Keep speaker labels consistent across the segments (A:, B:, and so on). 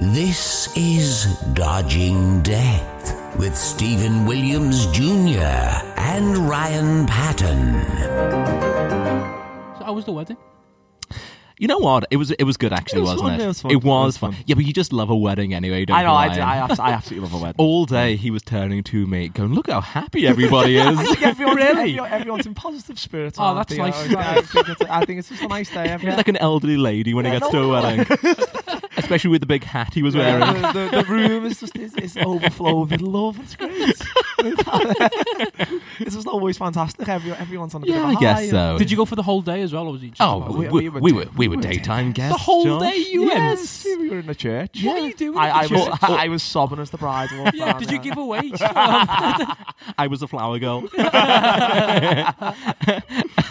A: This is Dodging Death with Stephen Williams Jr. and Ryan Patton.
B: So how was the wedding?
C: You know what? It was it was good actually,
B: It was
C: not
B: fun,
C: it?
B: it was fun,
C: It
B: it was
C: was fun.
B: fun.
C: Yeah, but you just love a wedding anyway, don't
B: I know,
C: you?
B: I, do,
C: Ryan?
B: I, abs- I absolutely love a wedding.
C: All day he was turning to me, going, "Look how happy everybody is."
B: everyone,
D: Really? everyone's in positive spirits.
B: Oh,
D: aren't
B: that's
D: they? I
B: nice.
D: was like, I think it's- I think it's just a nice day.
C: He's
D: everyone.
C: like an elderly lady when he gets to a wedding, especially with the big hat he was wearing.
D: Yeah, the, the, the room is just it's, it's overflowing with love. It's great. it's just always fantastic. Every, everyone's on a
C: Yeah,
D: bit
C: I
D: of a high.
C: guess so.
B: Did you go for the whole day as well, or was it just
C: Oh, we, we,
D: we- we were
C: we were
D: day-
C: we were daytime guests.
B: the whole
C: Josh.
B: day you
D: Yes,
B: went?
D: we were in a church.
B: What are you doing?
D: I, I,
B: at the
D: was,
B: church?
D: I was sobbing as the bride walked
B: yeah,
D: down
B: did you
D: there.
B: give away?
C: I was a flower girl.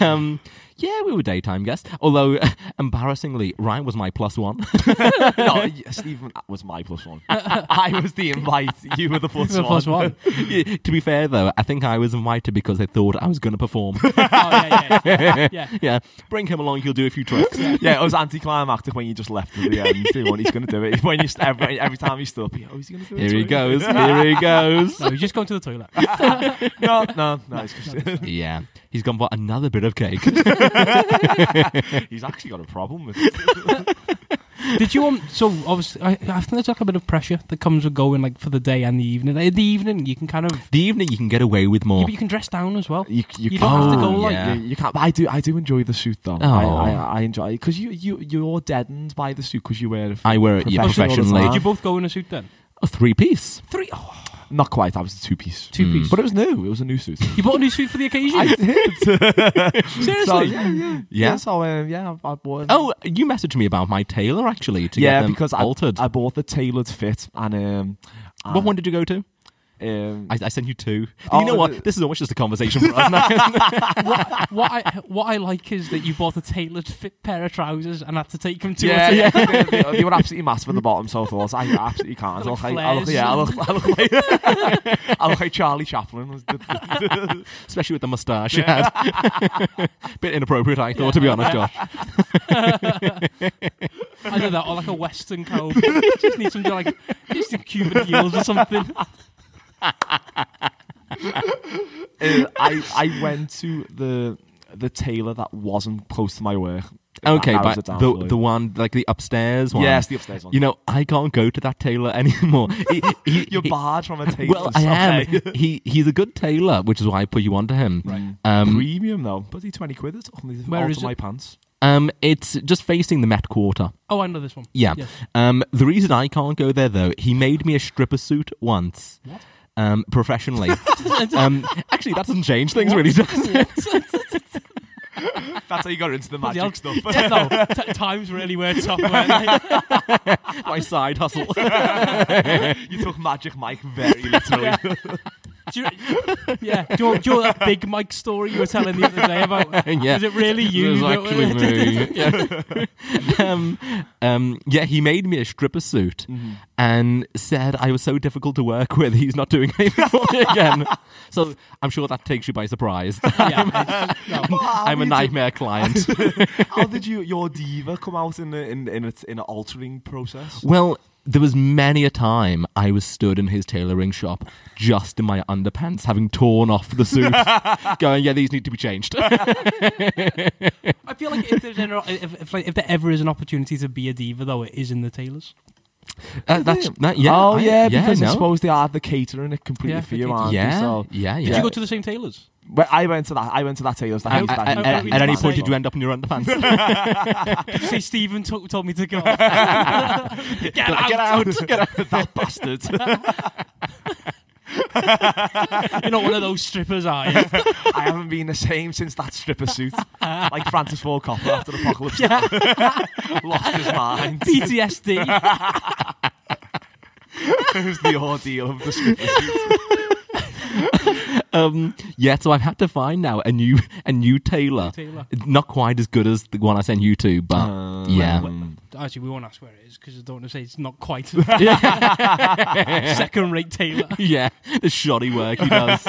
C: um, yeah, we were daytime guests. Although, embarrassingly, Ryan was my plus one.
D: no, yeah, Stephen that was my plus one. I was the invite. You were the plus
B: The
D: one.
B: plus one.
C: Yeah, to be fair, though, I think I was invited because they thought I was going to perform.
B: Oh, yeah, yeah, yeah.
C: yeah, bring him along. He'll do a few tricks.
D: Yeah, it was anticlimactic when you just left at the end. Stephen, he's going to do it. When you st- every, every time you stood up, you- oh, he's going to do
C: Here
D: it.
C: he
D: sorry.
C: goes. Here he goes.
B: No, you just going to the toilet.
D: No, no, no. It's just,
C: Yeah, he's gone for another bit of cake.
D: he's actually got a problem with it.
B: Did you um? So obviously, I, I think there's like a bit of pressure that comes with going like for the day and the evening. In the evening, you can kind of,
C: the evening you can get away with
B: yeah,
C: more.
B: but you can dress down as well.
D: You, you,
B: You don't have to
D: can't-
B: go,
D: you-
C: like-
D: you, you can't. But I do. I do enjoy the suit though. I,
C: Oh.
D: I, I enjoy because you you you're deadened by the suit because you wear it.
C: I wear it yeah,
D: Professional
C: professionally.
D: design.
B: Did you both go in a suit then?
C: A three piece.
B: Three, oh,
D: Not quite. I was a two piece,
B: two piece.
D: but it was new. It was a new suit.
B: You bought a new suit for the occasion.
D: I did.
B: Seriously?
D: so, yeah, yeah,
C: Yeah.
D: So um, yeah, I, I bought.
C: Oh, you messaged me about my tailor actually to get
D: yeah,
C: them
D: because I,
C: altered.
D: I bought the tailored fit and um.
C: what
D: and,
C: one did you go to?
D: Um,
C: I, I sent you two.
D: Oh,
C: you know
D: the-
C: what? This is almost just a conversation for us now.
B: what I what I like is that you bought a tailored fit pair of trousers and had to take them to
D: yeah,
B: a
D: yeah. they, they- they were absolutely massive at the bottom, so I thought I absolutely can't. I
B: Like
D: look like, I look,
B: flares.
D: yeah, I look, I look like, I look like Charlie Chaplin.
C: especially with the moustache you had. Bit inappropriate, I thought, to be honest, Josh.
B: I don't know, or like a western cowboy. just need some like just some Cuban heels or something.
D: Uh, I I went to the the tailor that wasn't close to my work.
C: Okay,
D: That- that was
C: but
D: a
C: the,
D: downfall.
C: the one, like the upstairs one.
D: yes, the upstairs one.
C: You know, I can't go to that tailor anymore. He- he-
D: you're
C: he-
D: barred from a tailor.
C: Well, I am. He he's a good tailor, which is why I put you onto him.
B: Right.
C: Um,
D: Premium though, bloody twenty quid. It's on the-
B: Where
D: onto
B: is
D: my
B: it?
D: pants.
C: um, it's just facing the Met Quarter.
B: Oh, I know this one.
C: Yeah.
B: Yes.
C: Um, the reason I can't go there though, he made me a stripper suit once.
B: What?
C: Um, professionally. um, actually, that doesn't change things really. Does it?
D: That's how you got into the
B: Bloody
D: magic
B: hell.
D: stuff.
B: Yeah, no, t- times really were tough. Weren't they?
C: My side hustle.
D: you took Magic Mike very literally.
B: Do you, yeah, do you, do you know that big Mike story you were telling the other day about?
C: yeah.
B: Is it really you?
C: It was
B: that-
C: actually me. yeah. um, um, yeah, he made me a stripper suit
D: Mm-hmm.
C: and said I was so difficult to work with, he's not doing anything for me again. So I'm sure that takes you by surprise.
B: yeah, it's- no.
D: How
C: I'm a
D: you
C: nightmare client.
D: did- how did you your diva come out in the, in in its in an altering process?
C: well, there was many a time I was stood in his tailoring shop just in my underpants, having torn off the suit, going, yeah, these need to be changed.
B: I feel like if there's an, if, if, like, if there ever is an opportunity to be a diva, though, it is in the tailors.
C: Uh, that's, that, yeah,
D: oh
C: I-
D: yeah, because I
C: no.
D: suppose they are the catering it completely
B: Yeah,
D: for
B: the
D: you,
B: catering.
D: aren't they?
C: yeah,
D: So,
C: yeah, yeah.
B: Did you go to the same tailors?
D: well, I went to that. I went to that tailor's. that
C: I-
D: he was-
C: I-
D: that he-
C: I-
B: that
C: at
B: he
C: at any
B: was
C: point,
B: like-
C: did you end up in your underpants?
B: Did you say Stephen to- told me to go? Get out!
C: Get out! Get out!
D: that bastard.
B: You're not one of those strippers, are you?
D: I haven't been the same since that stripper suit. like Francis Ford Coppola after the apocalypse. Lost his mind.
B: PTSD.
D: It was the ordeal of the stripper suit.
C: Um, yeah, so I've had to find now a new a new tailor.
B: Taylor.
C: Not quite as good as the one I sent you to, but
D: Uh,
C: yeah.
B: Actually, we won't ask where it is because I don't want to say it's not quite second-rate Taylor.
C: yeah, the shoddy work he does.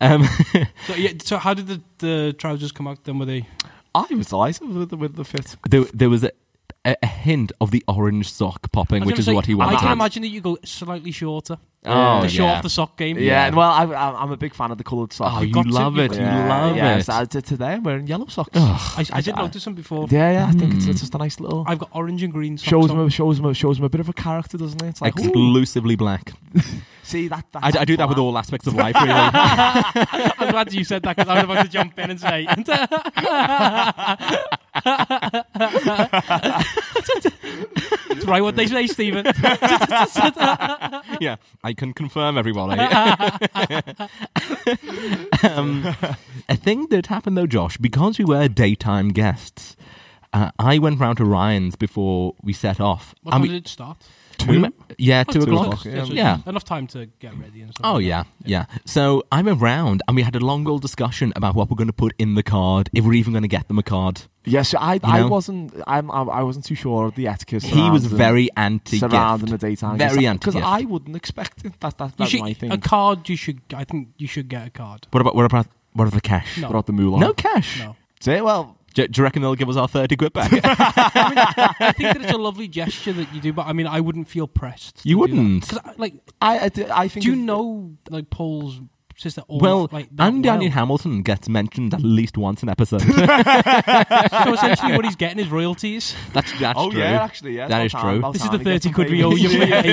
C: um,
B: So, yeah, so how did the, the trousers come out? Then were they?
D: I was delighted with the, with the fit.
C: there, there was a, a, a hint of the orange sock popping,
B: I was
C: which
B: gonna
C: is
B: say,
C: what he
B: I
C: wanted.
B: can imagine that you go slightly shorter
C: Oh,
B: to show
C: yeah.
B: off the sock game.
D: Yeah, and well, I, I- I'm a big fan of the coloured
C: Oh,
D: socks.
C: you
B: got to-
C: love it.
B: you've
C: You
B: got
D: yeah,
C: love
D: yeah,
C: it.
D: So I- to- today I'm wearing yellow socks.
B: I, I did notice them before.
D: Yeah, yeah, I think
C: Hmm.
D: it's, it's just a nice little.
B: I've got orange and green socks.
D: shows
B: on.
D: him, shows him, shows him a bit of a character, doesn't it? It's like, ooh,
C: Exclusively black.
D: see that. That's
C: I, I do that with all aspects of life, really.
B: I'm glad you said that because I was about to jump in and say. it's right what they say, Stephen.
C: yeah, I can confirm, everybody. um, a thing that happened, though, Josh, because we were daytime guests, uh, I went round to Ryan's before we set off.
B: What
C: I
B: time
C: mean,
B: did it start?
D: Hmm?
C: we went- yeah,
B: Oh,
C: two
B: two
C: o'clock.
D: o'clock,
B: so
C: yeah.
B: Enough time to get ready and stuff.
C: Oh
B: like
C: yeah, yeah. So I went round and we had a long old discussion about what we're going to put in the card, if we're even going to get them a card.
D: Yes, I, I
C: know?
D: wasn't. I'm, I, I wasn't too sure of the etiquette.
C: He was
D: surrounding-
C: very anti
D: surrounding
C: gift.
D: the daytime.
C: Very
D: because
C: anti-gift.
D: I wouldn't expect it. That, that,
B: that. You
D: that's
B: should-
D: my thing.
B: a card. You should. I think you should get a card.
C: What about what about what about the cash?
B: No.
D: Brought the moolah.
C: No cash.
B: No,
D: Say well.
C: Do, do you reckon they'll give us our thirty quid back?
B: I think that it's a lovely gesture that you do, but I mean, I wouldn't feel pressed.
C: You wouldn't?
B: because like,
D: I, I, do- I think.
B: do you
D: if-
B: know like Paul's sister? All
C: well,
B: like that
C: Andy
B: well?
C: Onion Hamilton gets mentioned at least once an episode.
B: So essentially, what he's getting is royalties.
C: that's that's
D: Oh
C: true.
D: yeah, actually, yeah.
C: That
D: about
C: is
D: time-
C: true.
D: about
B: This is
D: time
B: the
D: to get
B: thirty
D: some
B: quid we owe you
D: babies.
B: for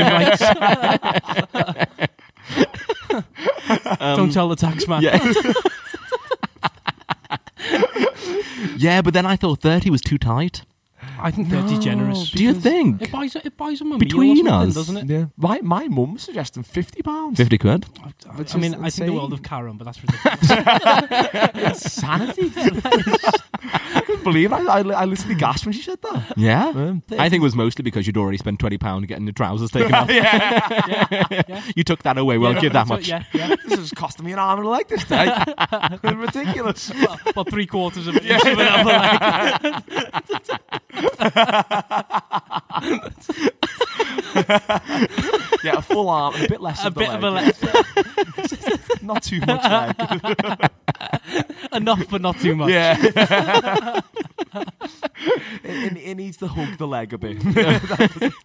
B: your name rights. Don't tell the tax man.
C: Yeah. yeah, but then I thought thirty was too tight.
B: I think thirty generous.
C: Do you think
B: It buys it buys them a
C: Between
B: meal or something,
C: us.
B: doesn't it?
D: Yeah. My my mum was suggesting fifty pounds.
C: fifty quid?
B: I, I
D: Which
B: mean,
D: is
B: I think the world of
D: insane.
B: Karen, but that's ridiculous.
D: Sanity. I couldn't believe it. I, I, I literally gasped when she said that.
C: Yeah.
D: Um,
C: I think it was mostly because you'd already spent twenty pound getting your trousers taken off. You took that away. Well,
B: Yeah,
C: give that
B: so-
C: much.
B: Yeah, yeah.
D: This is costing me an arm and a leg this day. Ridiculous.
B: Well, three quarters of it. each of another leg.
D: Yeah, a full arm, and a bit less.
B: a
D: of the
B: bit of a
D: leg.
B: leg.
D: Not too much leg.
B: Enough, but not too much.
D: Yeah. it, it, it needs to hug the leg a bit.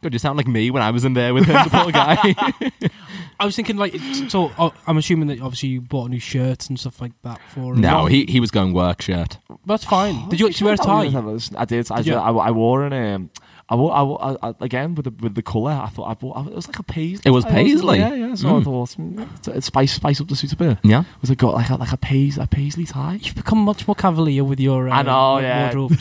C: God, you sound like me when I was in there with him, the poor guy.
B: I was thinking, like, it's- so oh, I'm assuming that obviously you bought a new shirt and stuff like that for him.
C: no, he, he was going work shirt.
B: That's fine. Did you actually wear a tie?
D: Oh, I did. I,
B: Did
D: did,
B: you?
D: I, I wore an. Um, I wore, I wore I, I, again with the with the color. I thought I bought. I, it was like a paisley.
C: It was
D: tie, wasn't it?
C: paisley?
D: Yeah, yeah. So I
C: Mm.
D: thought mm, to- to spice spice up the suit a bit.
C: Yeah.
D: Was it got like a, like a paisley a paisley tie?
B: You've become much more cavalier with your uh,
D: I know, yeah.
B: wardrobe.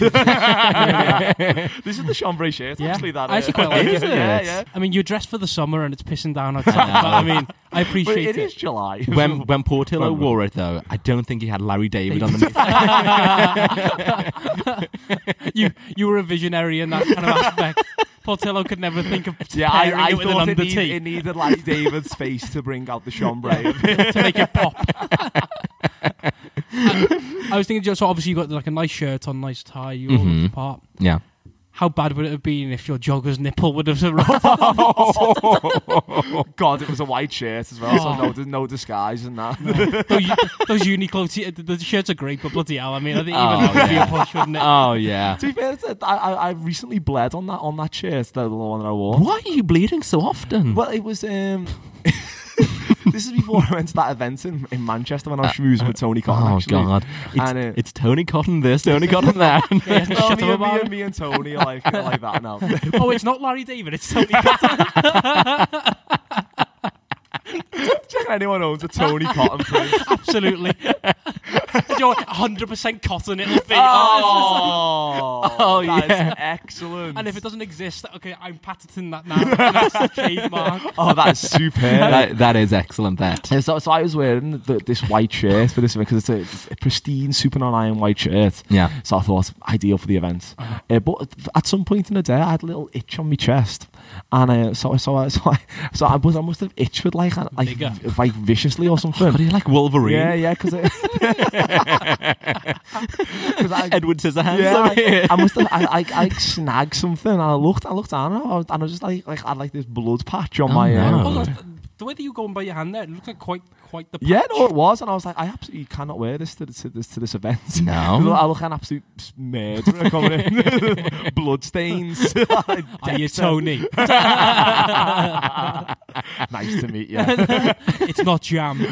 D: this is the chambray shirt.
B: Yeah. actually, that, I actually uh, quite like
C: it.
D: Yeah, yeah.
B: I mean, you're dressed for the summer and it's pissing down outside. but I mean, I
D: But
B: appreciate
D: it is July.
C: When when Portillo
D: Right.
C: wore it though, I don't think he had Larry David on the
B: you you were a visionary in that kind of aspect. Portillo could never think of
D: yeah,
B: pairing
D: I, I
B: it with an
D: thought it,
B: under
D: need,
B: tea
D: it needed Larry David's face to bring out the chambray.
B: to make it pop. I, I was thinking, so obviously you got like a nice shirt on, nice tie, you all
C: Mm-hmm.
B: look the part.
C: Yeah.
B: How bad would it have been if your jogger's nipple would have arrived?
D: God, it was a white shirt as well, so
B: Oh.
D: no, there's no disguise in that.
B: those, those Uniqlo t- the, the shirts are great, but bloody hell, I mean, I think even
C: Oh,
B: that would be
C: yeah.
B: a push, wouldn't it?
C: Oh yeah.
D: to be fair, it's- I, I, I recently bled on that on that shirt, the, the one that I wore.
C: Why are you bleeding so often?
D: Well, it was. Um, this is before I went to that event in, in Manchester when I was
B: Uh,
D: schmoozing with Tony Cotton.
C: Oh
D: actually.
C: God! It's,
D: And, uh,
C: it's Tony Cotton this, Tony Cotton that.
B: Yeah, shut up
D: Oh, me, and, me,
B: about
D: and, me and Tony are like, are like that now.
B: it. Oh, it's not Larry David, it's Tony Cotton.
D: Do you reckon anyone owns a Tony Cotton print?
B: Absolutely. You're 100% Cotton, it'll be. Oh, it's just-
D: Oh,
C: Oh,
D: that is
C: yeah.
D: excellent.
B: and if it doesn't exist, okay, I'm patenting that now. That's the trademark.
D: oh, that is superb.
C: that, that is excellent. That.
D: And so, so I was wearing the, this white shirt for this event because it's a, it's a pristine Super Non Iron white shirt.
C: Yeah.
D: So I thought ideal for the event. Uh, but at some point in the day, I had a little itch on my chest, and uh, so so I, so I so I must I must have itched with like a- like
B: Bigger.
D: v- like viciously or
C: But
D: something.
C: you like Wolverine?
D: yeah, yeah, because because I.
C: Edward Scissorhands.
D: yeah,
C: over
D: I,
C: here.
D: I must have. I, I, I snagged something, and I looked, I looked down, and I was, and I was just like, like, I had like this blood patch on
C: Oh,
D: my.
C: no.
D: um,
B: Oh, that's- The way that you go and buy your hand there, it looks like quite quite the.
D: Yeah,
B: patch.
D: no, it was, and I was like, I absolutely cannot wear this to, to this to this event.
C: No.
D: I look an absolute murderer coming in, bloodstains.
B: Are you Tony?
D: nice to meet you.
B: it's not jam.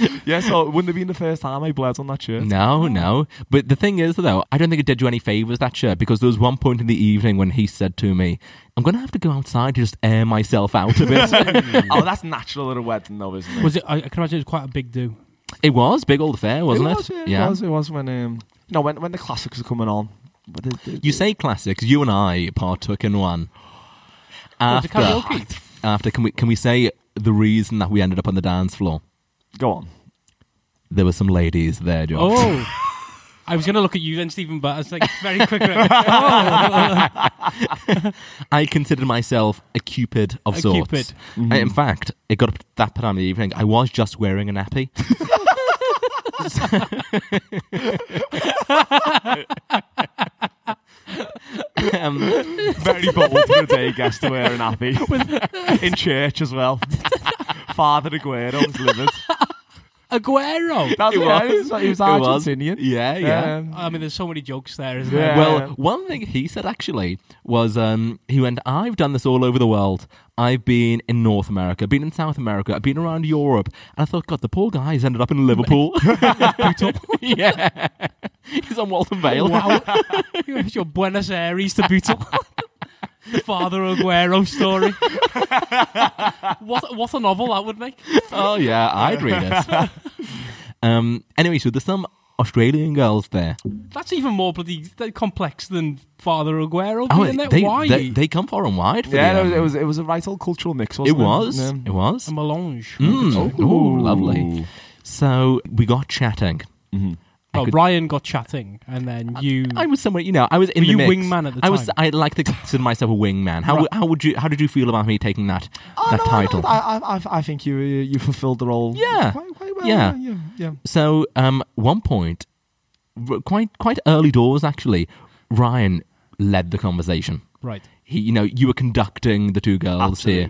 D: yeah, so it wouldn't have been the first time I bled on that shirt.
C: No, no. But the thing is, though, I don't think it did you any favors that shirt because there was one point in the evening when he said to me, "I'm gonna have to go outside to just air myself out a bit."
D: oh, that's natural at a wedding, though, isn't it?
B: Was it? I, I can imagine it was quite a big do.
C: it was big old affair, wasn't it?
D: was, yeah, It was. It was when um, you know, when when the classics are coming on. But it- it-
C: You say classics. You and I partook in one.
B: Was it
C: After,
B: karaoke?
C: after, can we can we say the reason that we ended up on the dance floor?
D: go on.
C: There were some ladies there, Josh.
B: Oh. I was going to look at you then, Stephen, but I was like, very quick. right?
C: I considered myself a cupid of
B: A
C: sorts.
B: cupid.
C: I-
D: Mm-hmm.
C: in fact, it got up to that time of the evening. I was just wearing a nappy. um,
D: Very bold for a day guest to wear an happy in church as well. Father Aguero was livid.
B: Aguero.
D: That's
C: He
D: right,
C: was.
D: He was, he was
C: He was.
D: Argentinian.
C: Yeah, yeah.
D: Um,
B: I mean, there's so many jokes there, isn't
D: Yeah.
B: there?
C: Well, one thing he said actually was um, he went, I've done this all over the world. I've been in North America, been in South America, I've been around Europe. And I thought, God, the poor guy's ended up in Liverpool. yeah. He's on Walton Vale.
B: Wow. it's your Buenos Aires to boot up. the Father Aguero story. what, what a novel that would make.
C: Oh, yeah, I'd read it. um, anyway, so there's some Australian girls there.
B: That's even more bloody they're complex than Father Aguero.
C: Oh,
B: being there.
C: they,
B: Why?
C: they, they come far and wide for
D: yeah,
C: the, um,
D: it was, it was it was a right old cultural mix.
C: It
D: Wasn't it
C: was.
D: Um,
C: It was.
B: a melange.
C: Mm. Ooh, lovely. Mm-hmm. So we got chatting. I
B: Oh,
C: could-
B: Ryan got chatting, and then you.
C: I was somewhere, you know, I was in
B: Were
C: the
B: you
C: mix.
B: wingman at the
C: I was.
B: time?
C: I like to consider myself a wingman. How,
B: Right.
C: how would you? How did you feel about me taking that
D: Oh,
C: that
D: no, I-
C: title?
D: I, I, I, I think you you fulfilled the role.
C: Yeah.
D: quite, quite well.
C: Yeah.
D: Yeah, yeah, yeah.
C: so, um, one point, r- quite quite early doors actually. Ryan led the conversation.
B: right.
C: He, you know, you were conducting the two girls here,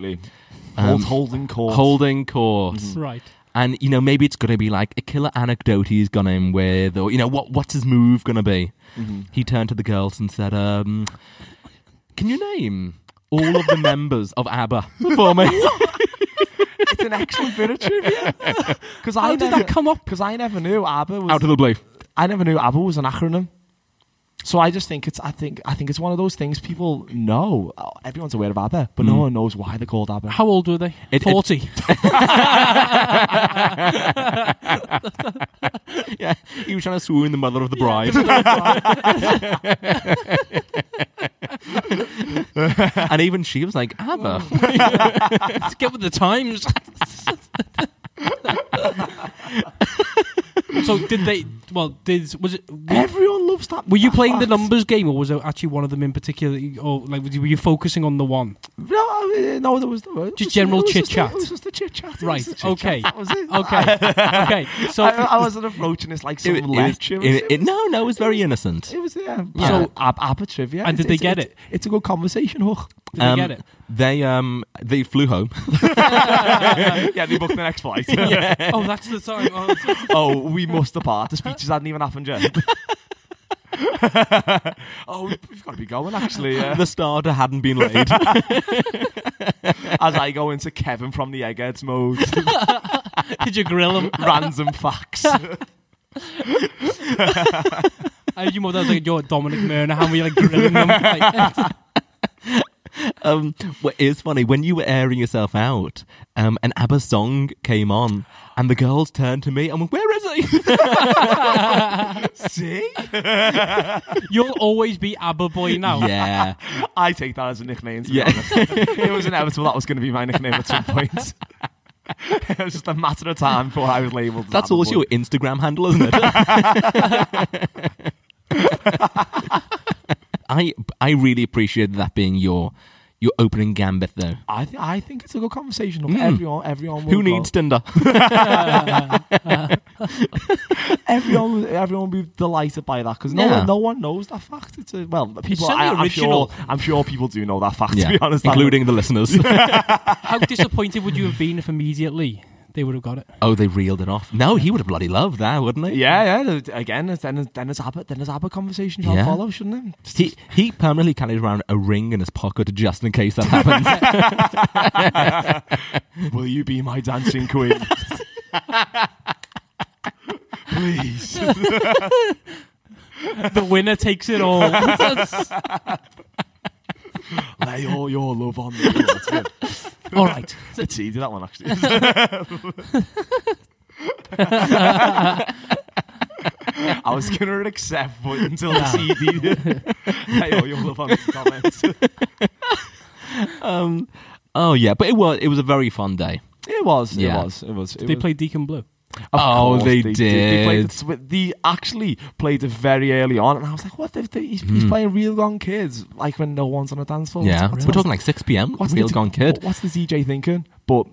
C: Um,
D: Hold- holding court.
C: holding court.
B: Right.
C: And you know, maybe it's gonna be like a killer anecdote he's gone in with, or you know, what what's his move gonna be? He turned to the girls and said, um, "Can you name all of the members of ABBA for me?"
D: It's an excellent bit of trivia. Because
B: How
D: I
B: did
D: never,
B: that come up?
D: Because I never knew ABBA was.
C: out of the blue.
D: I never knew ABBA was an acronym. So I just think it's. I think. I think it's one of those things people know. Oh, Everyone's aware of ABBA, but
C: Mm.
D: no one knows why they're called ABBA.
B: How old were they?
C: It- it-
B: Forty.
C: Yeah, he was trying to swoon the mother of the bride, and even she was like, "ABBA."
B: Let's get with the times. so did they? Well, did was it? Were,
D: Everyone loves that.
B: were you
D: that
B: playing the
D: fact.
B: numbers game, or was it actually one of them in particular? that you- Or like, were you- were you focusing on the one?
D: No, I mean, eh, no, there was there was-
B: Just general
D: it was a-
B: chit-chat.
D: It was just a chit chat.
B: Right, okay.
D: That was it.
B: Okay. okay. So
D: I, I wasn't approaching this like some
C: It- it was-
D: lecture.
C: it- it- no, no, it was very innocent.
D: It was yeah.
C: Yeah.
D: So ab- ABBA trivia.
B: And
D: It's-
B: did they
D: it's-
B: get
D: it's- It's a good conversation hook.
B: did they
C: Um,
B: get it?
C: They um they flew home.
D: yeah, they booked the next flight.
B: Oh, that's the time. Oh,
D: oh, we must depart. The speeches hadn't even happened yet. oh, we've- we've got to be going actually. yeah.
C: the starter hadn't been laid.
D: As I go into Kevin from the Eggheads mode,
B: did you grill them?
D: random facts.
B: Uh, you mother was like, "Yo, Dominic Myrna, how were you like grilling them?" Like,
C: um, what is funny when you were airing yourself out, um, an ABBA song came on, and the girls turned to me and went, "Where is he?"
D: See,
B: You'll always be ABBA boy now.
C: yeah,
D: I take that as a nickname. To be
C: Yeah.
D: honest. it was inevitable that was going to be my nickname at some point. it was just a matter of time before I was labelled. as
C: that's
D: Abba
C: also
D: Boy.
C: your Instagram handle, isn't it? I I really appreciated that being your your opening gambit though.
D: I, th- I think it's a good conversation. Look,
C: Mm.
D: Everyone, everyone, will
C: Who needs
D: go,
C: Tinder?
D: everyone? Everyone will be delighted by that because no,
C: Yeah.
D: one, no one knows that fact. It's a, well, people.
B: certainly
D: I, I'm
B: original.
D: sure. I'm sure people do know that fact. To be honest, I-
C: including the listeners.
B: How disappointed would you have been if immediately they would have got it?
C: oh, they reeled it off. No, he would have bloody loved that, wouldn't he?
D: Yeah, yeah. th- Again, it's- then it's- then it's habit. Then it's habit conversation. Shall
C: Yeah.
D: follow, shouldn't it? Just-
C: He he permanently carries around a ring in his pocket just in case that happens.
D: Will you be my dancing queen? Please.
B: The winner takes it all. That's-
D: Lay all your love on me. That's good.
B: all right.
D: It's easy, that one, actually. I was going to accept, but until the CD. Lay all your love on me comments.
C: um, oh yeah, but it was it was a very fun day.
D: It was,
C: Yeah.
D: it was, it was. It
B: They
D: was.
B: played Deacon Blue.
D: Of
C: Oh,
D: course
C: they
D: They, played
C: did.
D: it, swi- they actually played it very early on, and I was like, "What? They, they, he's, he's
C: Mm.
D: playing real gone kids, like when no one's on a dance floor."
C: yeah,
D: What's-
C: we're
D: what's-
C: talking like six p.m.
D: what's
C: Real
D: the-
C: gone kid.
D: what- What's the DJ thinking? But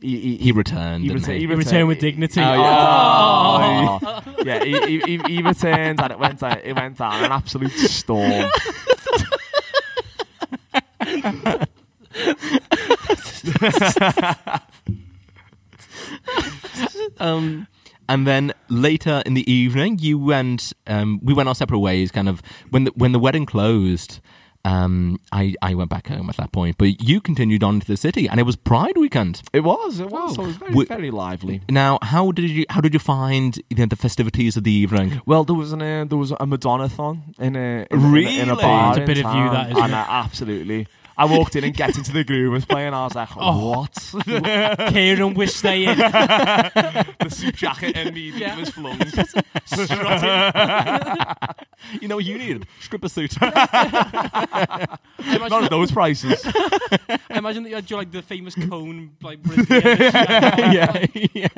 D: he he,
C: He returned. didn't
D: reta-
C: he?
B: He returned with dignity.
D: Oh,
B: Oh.
D: yeah. Oh, yeah, he, he, he, he returned, and it went down, it went down an absolute storm.
C: um, and then later in the evening, you went. Um, we went our separate ways. Kind of when the when the wedding closed. Um, I I went back home at that point, but you continued on to the city, and it was Pride weekend.
D: It was, it was. So it was very,
C: Wi-
D: very lively.
C: Now, how did you how did you find you know, the festivities of the evening?
D: Well, there was an uh, there was a Madonna thon in a in,
C: Really?
D: in a, in a bar.
B: It's a
D: in
B: bit of you,
D: town,
B: that, isn't
D: and
B: it?
D: I, absolutely. I walked in and Get Into the Groove was playing. I was like,
B: Oh.
D: what? Oh,
B: Kieran was staying.
D: the suit jacket immediately
B: Yeah.
D: was flung.
C: You know, you needed stripper suit.
B: I imagine,
D: Not at those prices.
B: I imagine that you had your, like the famous cone like. yeah.
C: yeah,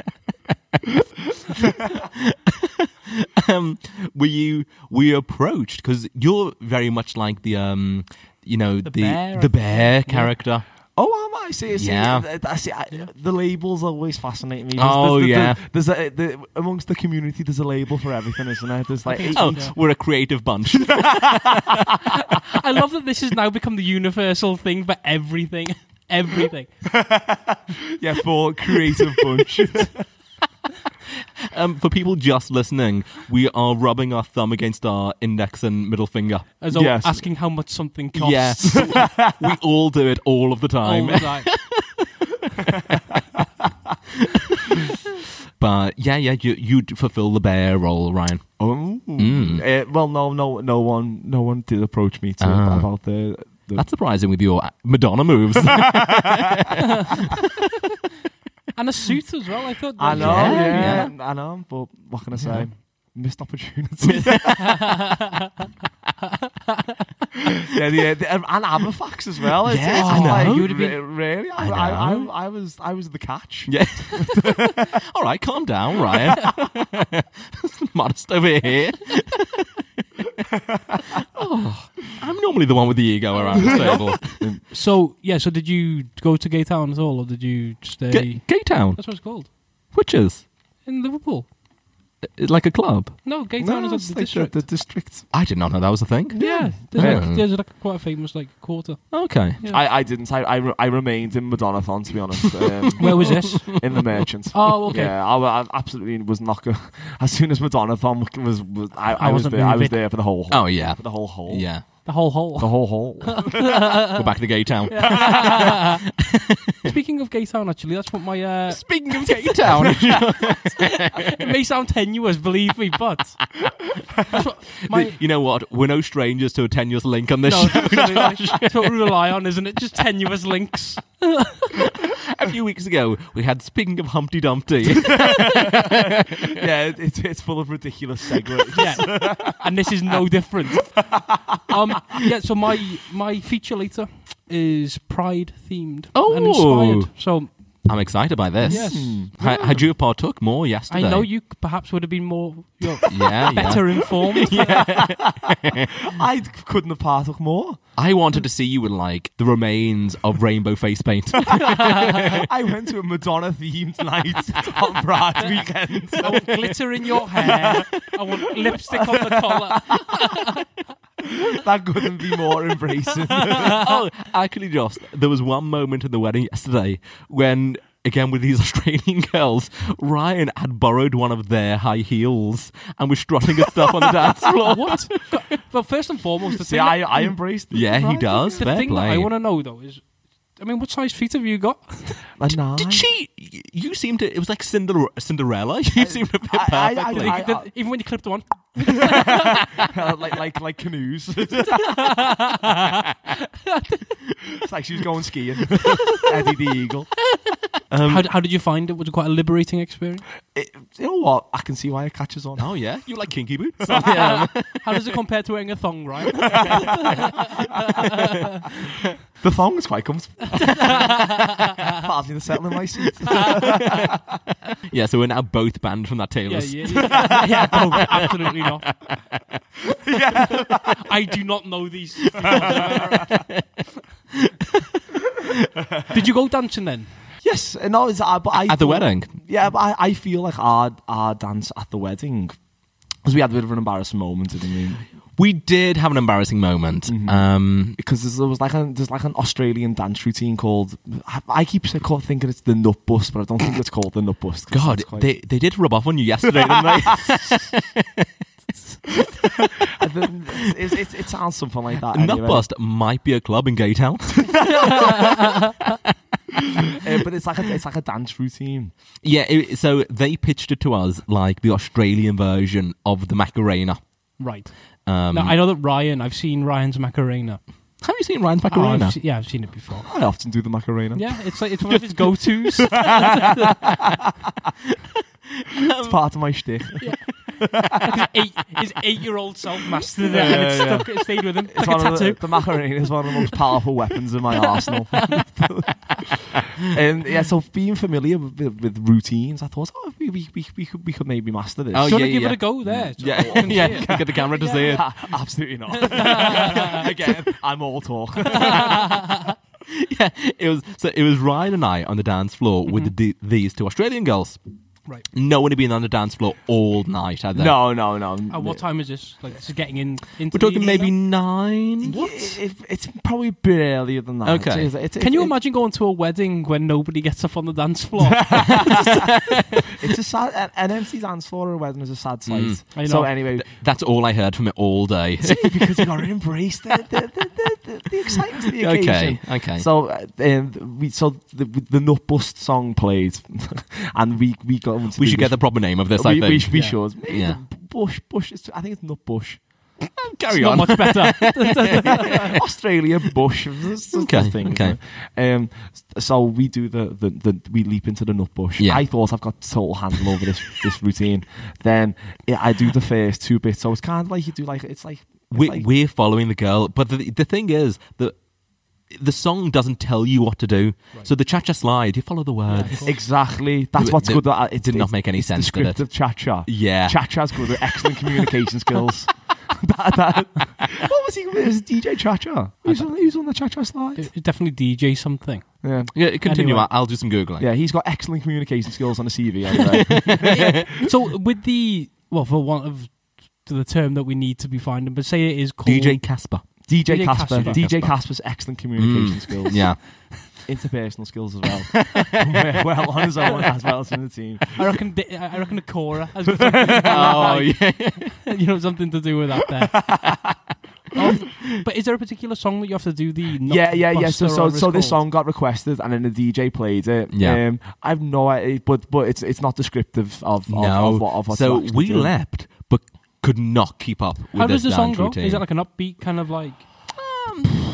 C: yeah. um, were you were you approached because you're very much like the um, you know the the
B: bear,
C: bear,
B: I
C: character.
D: Oh, am I? See, see,
C: Yeah.
D: th- I see. I, the labels always fascinate me.
C: Oh,
D: the-
C: yeah.
D: There's a, the, amongst the community, there's a label for everything, isn't there? There's like,
B: think
C: Oh,
B: Yeah.
C: we're a creative bunch.
B: I love that this has now become the universal thing for everything. Everything.
D: yeah, for creative bunch.
C: um, for people just listening, we are rubbing our thumb against our index and middle finger.
B: As always,
D: Yes.
B: asking how much something costs.
C: Yes, we all do it all of the
B: All
C: time.
B: the time.
C: But yeah, yeah, you you fulfill the bear role, Ryan.
D: oh,
C: Mm.
D: uh, well, no, no, no one, no one did approach me to
C: Ah.
D: about the. the
C: That's surprising with your uh, Madonna moves.
B: and a suit as well. I thought.
D: I
B: that-
D: know,
C: Yeah,
D: yeah, I know, but what can I say? Missed opportunity. yeah, the, uh, the, um, and Aberfax as well. It's,
C: Yeah,
D: it's
C: I
D: just
C: know.
D: like,
B: You would've been-
D: re- really. I,
C: I
D: I, I,
C: know.
D: I was, I was the catch.
C: Yeah. All right, calm down, Ryan. Modest over here. Oh, I'm normally the one with the ego around the table.
B: So yeah. So did you go to Gay Town at all, or did you stay?
C: G- Gay Town,
B: That's what it's called
C: witches,
B: in Liverpool.
C: It's eh, like a club.
B: No, Gay Town is
D: No, it's
B: like the
D: like
B: district.
D: The, the district.
C: I did not know that was a thing.
B: yeah, there's,
C: Yeah.
B: Like, there's like quite a famous like quarter.
C: Okay.
B: Yeah.
D: I, I didn't. I, I, re- I remained in Madonnathon to be honest. Um,
B: Where was this?
D: in the merchant.
B: Oh, okay.
D: Yeah, I, wa- I absolutely was not. Go- as soon as Madonnathon was, was I, I,
B: I
D: was
B: wasn't
D: there. I was
B: moving.
D: there for the whole.
C: Oh yeah,
D: for the whole hole.
C: yeah.
B: The whole hole.
D: the whole hole.
C: We're back to Gay Town.
B: Speaking of Gay Town, actually, that's what my. Uh,
C: Speaking of Gay Town,
B: it may sound tenuous, believe me, but that's what my.
C: you know what? We're no strangers to a tenuous link on this.
B: No,
C: show.
B: absolutely. that's what we rely on, isn't it? Just tenuous links.
C: A few weeks ago, we had speaking of Humpty Dumpty.
D: yeah, it, it's it's full of ridiculous segues.
B: Yeah, and this is no different. Um, yeah. So my my feature later is Pride themed
C: Oh.
B: and inspired. So
C: I'm excited by this.
B: Yes.
C: I, I do partook more
B: I
C: yesterday.
B: know you perhaps would have been more you know,
C: Yeah, yeah.
B: better informed.
D: I couldn't have partook more.
C: I wanted to see you in like the remains of rainbow face paint.
D: I went to a Madonna themed night on Pride weekend.
B: I want glitter in your hair. I want lipstick on the collar.
D: That couldn't be more embracing.
C: oh, actually, Joss, there was one moment in the wedding yesterday when, again, with these Australian girls, Ryan had borrowed one of their high heels and was strutting his stuff on the dance floor.
B: What? Well, first and foremost, the
D: See,
B: thing
D: I,
B: that-
D: I embraced it.
C: Yeah, he does.
B: The
C: Fair
B: thing
C: play.
B: that I want to know though is, I mean, what size feet have you got?
D: Like, nah.
C: Did she? You seemed to. It was like Cinder- Cinderella. You seemed to fit perfectly.
D: I- I- I-
B: Like, the- even when you clipped one,
D: like, like, like canoes. it's like she was going skiing. Eddie the Eagle.
B: how, how did you find it? Was it quite a liberating experience?
D: It, you know what? I can see why it catches on.
C: oh yeah, you like kinky boots.
B: How does it compare to wearing a thong, right?
D: The thong is quite comfortable. Hardly the settle in my seat.
C: yeah, so we're now both banned from that
B: yeah,
C: tailors.
B: yeah, yeah. yeah no, absolutely not. I do not know these. did you go dancing then?
D: yes, uh, no, it's, uh, but I
C: At the
D: thought-
C: wedding,
D: Yeah, but I, I feel like our our dance at the wedding because we had a bit of an embarrassing moment, didn't we?
C: we did have an embarrassing moment.
B: Mm-hmm.
C: Um,
D: Because there's- there was like a, there's like an Australian dance routine called I, I keep say- call- thinking it's the nut bust, but I don't think it's called the nut bust. 'cause
C: God,
D: it's quite-
C: they, they did rub off on you yesterday, didn't they?
D: I think it's, it's, it sounds something like that. anyway.
C: Nutbust might be a club in Gaytown.
D: Uh, but it's like a, it's like a dance routine.
C: yeah, it, so they pitched it to us like the Australian version of the Macarena.
B: Right.
C: Um,
B: No, I know that Ryan. I've seen Ryan's Macarena.
C: have you seen Ryan's
B: Oh, I've
C: Macarena?
B: se- yeah, I've seen it before.
D: I often do the Macarena.
B: Yeah, it's like it's one of his go-tos.
D: It's part of my shtick.
B: eight, his eight-year-old self mastered it, and it,
D: Yeah, yeah.
B: stuck, it stayed with him
D: It's
B: like a
D: one of
B: tattoo.
D: the, the Macarena is one of the most powerful weapons in my arsenal. and Um, yeah, so being familiar with, with, with routines, I thought, oh, we, we, we, we, could, we could maybe master this.
C: Oh,
B: Do you want
C: yeah,
B: to give
C: yeah.
B: it a go there? It's
C: yeah,
B: all I can
C: yeah.
B: see it.
C: Get the camera to see it.
D: Ah, Absolutely not. Again, I'm all talk.
C: Yeah, it was. So it was Ryan and I on the dance floor
B: Mm-hmm.
C: with the, these two Australian girls.
B: Right.
C: No one had been on the dance floor all night. Had they?
D: no, no, no.
B: At what time is this? Like, this is getting in. Into
C: we're talking
B: the
C: maybe
B: evening
C: nine.
D: What? it's probably a bit earlier than that.
C: Okay.
D: It's- it's-
B: now? Can you
D: it's-
B: imagine going to a wedding when nobody gets up on the dance floor?
D: It's a sad. An, an empty dance floor at a wedding is a sad sight.
C: Mm.
B: I
D: So
B: know.
D: anyway,
C: That's all I heard from it all day.
D: because you got to embrace the the, the, the, the, the excitement of the occasion.
C: okay, okay.
D: So uh, um, we so the, the nut bust song played, and we we got into
C: we
D: the-
C: should get the proper name of this.
D: we,
C: I think.
D: we, we
B: Yeah.
D: should Maybe
C: Yeah.
D: the bush bush. It's, I think it's nut bush.
C: Carry
B: Not
C: on.
B: much better.
D: Australia bush. This, this
C: Okay,
D: thing,
C: okay.
D: Um, so we do the, the, the we leap into the nut bush.
C: Yeah.
D: I thought I've got total handle over this this routine. Then yeah, I do the first two bits. So it's kind of like you do like it's like. it's
C: we,
D: like-
C: we're following the girl, but the, the thing is that the song doesn't tell you what to do. So the cha cha slide, you follow the words. Yeah,
D: Exactly. That's
C: The-
D: what's
C: the-
D: good. That it
C: did not make any
D: it's
C: sense, did it?
D: Descriptive cha cha.
C: Yeah.
D: Cha cha's good with excellent communication skills. That- that- what was he? It was DJ Cha Cha. Who's on, who's on the Cha Cha slide?
B: It- it definitely DJ something.
D: Yeah.
C: continue.
B: Anyway.
C: I- I'll do some googling.
D: Yeah, he's got excellent communication skills on a CV. Anyway.
B: So, with the well, for want of the term that we need to be finding, but say it is called
C: DJ Casper.
D: DJ,
B: DJ
D: Casper.
B: Casper.
D: DJ Casper's excellent communication
C: Mm.
D: skills.
C: Yeah,
D: Interpersonal skills as well. Well, well, on his own as well as in the team.
B: I reckon. di- I reckon a Cora. Has
C: Oh,
B: yeah. you know something to do with that there. Um, but is there a particular song that you have to do the? nut
D: yeah, yeah, yeah. So,
B: buster
D: so,
B: or
D: so
B: called?
D: this song got requested, and then the DJ played it.
C: Yeah.
D: Um, I've no idea, but but it's it's not descriptive of of,
C: no.
D: of what of what.
C: so we leapt, but could not keep up with
B: How
C: this
B: does the song
C: dance
B: go?
C: routine.
B: Is it like an upbeat kind of like?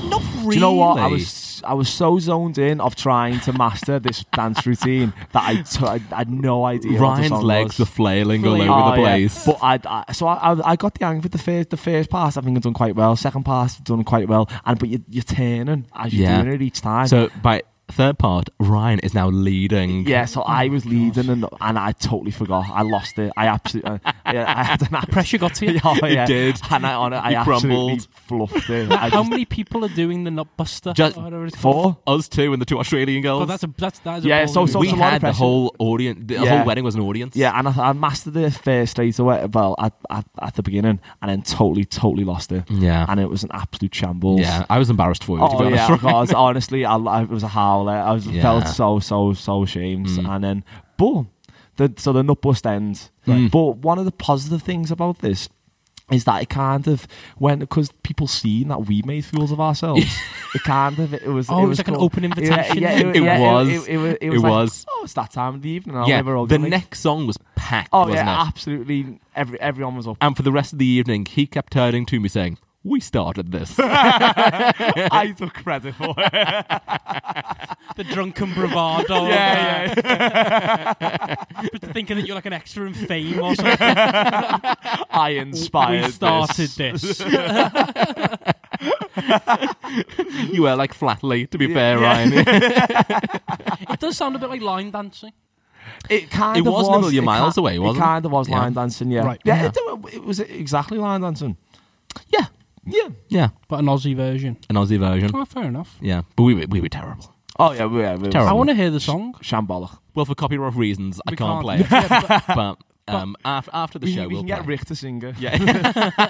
C: not really.
D: Do you know what? I was I was so zoned in of trying to master this dance routine that I t- I had no idea. what the
C: Ryan's
D: song
C: legs
D: was.
C: were flailing all
B: Flailing.
C: over the
D: Oh, yeah.
C: place.
D: But I, I so I, I- I got the hang with the first the first pass. I think I've done quite well. Second pass, done quite well. And but you, you're turning as you're
C: Yeah.
D: doing it each time.
C: So by third part, Ryan is now leading.
D: Yeah, so I was
C: Oh,
D: leading and, and I totally forgot. I lost it. I absolutely. I, I had an absolute.
B: Pressure got to you.
D: Oh, yeah.
C: did.
D: And I, on it, I
C: You
D: absolutely
C: crumbled.
D: fluffed it. I
B: How
D: just,
B: many people are doing the Oh, Nutbuster?
C: Just
B: or whatever it's called?
D: four?
C: Us two and the two Australian girls.
B: God, Oh, that's a that's that is a
D: Yeah,
B: bold
D: so
B: move.
C: we
D: it's a lot of
C: had the
D: pressure.
C: whole audience. The
D: Yeah.
C: whole wedding was an audience.
D: Yeah, and I, I mastered it first straight away, well, at, at, at the beginning, and then totally, totally lost it.
C: Yeah.
D: And it was an absolute shambles.
C: Yeah, I was embarrassed for you. to
D: Oh
C: be
D: yeah,
C: honest.
D: because honestly, I, I was a howler. I was
C: Yeah. Mm.
D: felt so so so ashamed, and then boom, the, so the nut bust ends.
C: Mm.
D: But one of the positive things about this is that it kind of when because people seen that we made fools of ourselves, it kind of it was
B: Oh, it was like an
D: cool.
B: open invitation.
D: Yeah, yeah,
C: It
D: yeah,
C: was.
D: It, it, was. It
C: It
D: was. like,
C: was.
D: Oh, it's that time of the evening. I'll
C: yeah.
D: never all
C: The
D: gonna-
C: next song was packed,
D: Oh
C: wasn't
D: yeah,
C: it?
D: absolutely. Every everyone was up.
C: And for the rest of the evening, he kept turning to me saying, "We started this."
D: I took credit for it.
B: the drunken bravado. yeah, yeah. But thinking that you're like an extra in fame or something.
D: I inspired.
B: we
D: this.
B: started this.
C: you were like flatly, to be
D: Yeah.
C: fair,
D: Yeah.
C: Ryan.
B: It does sound a bit like line dancing.
D: It kind
C: It
D: of
C: was
D: was
C: a million
D: it
C: miles
D: ki-
C: away, wasn't
D: it?
C: it?
D: Kind of was
C: Yeah.
D: line dancing, yeah.
B: Right.
D: Yeah, It, it was exactly line dancing.
C: yeah,
D: Yeah.
C: yeah,
B: But an Aussie version.
D: Mm.
C: an Aussie version.
B: Oh, fair enough.
C: Yeah, but we were, we were terrible.
D: Oh yeah, we- yeah. we-
C: Terrible.
B: I want to hear the song.
D: Shambolic.
C: Well, for copyright reasons, I
B: We can't.
C: can't, play it. but um, after, after the
D: We,
C: show,
D: we
C: we'll
D: can
C: play.
D: get Rick to sing it.
C: Yeah.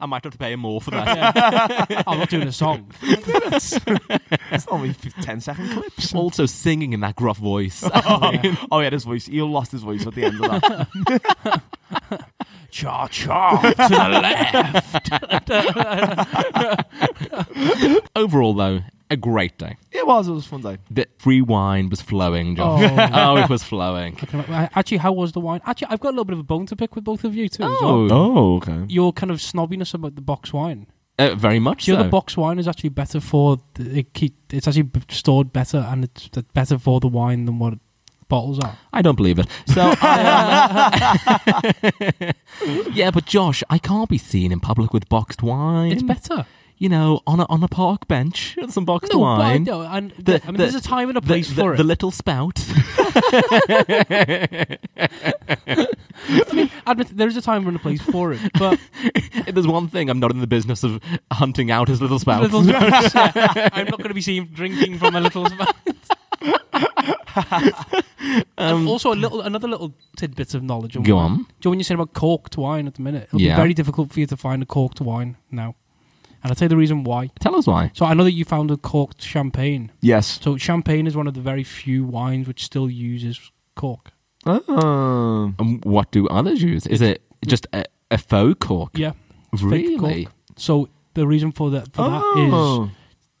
C: I might have to pay him more for that.
B: I'm not doing a song.
D: It's only f- 10 second clips.
C: Also, singing in that gruff voice.
D: Oh yeah, his voice. He lost his voice at the end of that.
B: Cha cha to the left.
C: Overall, though, a great day.
D: it was. It was a fun day.
C: The free wine was flowing, Josh.
B: Oh.
C: Oh, it was flowing.
B: uh, Actually, how was the wine? Actually, I've got a little bit of a bone to pick with both of you too. as well.
C: Oh,
D: Oh okay.
B: Your kind of snobbiness about the box wine.
C: uh, very much
B: Do you
C: so.
B: know the box wine is actually better for the- it keep, it's actually b- stored better and it's t- better for the wine than what bottles are.
C: I don't believe it. So, I, um, yeah, but Josh, I can't be seen in public with boxed wine.
B: It's better.
C: you know, on a on a park bench, with some boxed
B: No, but I
C: wine.
B: know, and
C: The-
B: I mean,
C: the-
B: there's a time and a
C: The,
B: place
C: the,
B: for
C: the
B: it.
C: little spout.
B: Admit, there is a time and a place for it, but
C: There's one thing I'm not in the business of hunting out his little spout.
B: little spouts, yeah. I'm not going to be seen drinking from a little spout. and also, a little another little tidbit of knowledge.
C: Um, Go
B: wine.
C: on.
B: Do you know when you're saying about corked wine at the minute? It'll
C: Yeah.
B: be very difficult for you to find a corked wine now, and I'll tell you the reason why.
C: Tell us why.
B: So I know that you found a corked champagne.
D: Yes.
B: So champagne is one of the very few wines which still uses cork.
D: Um,
C: Um, what do others use? Is it just a, a faux cork?
B: Yeah, it's fake
C: really?
B: cork. So the reason for that for
C: Oh.
B: that is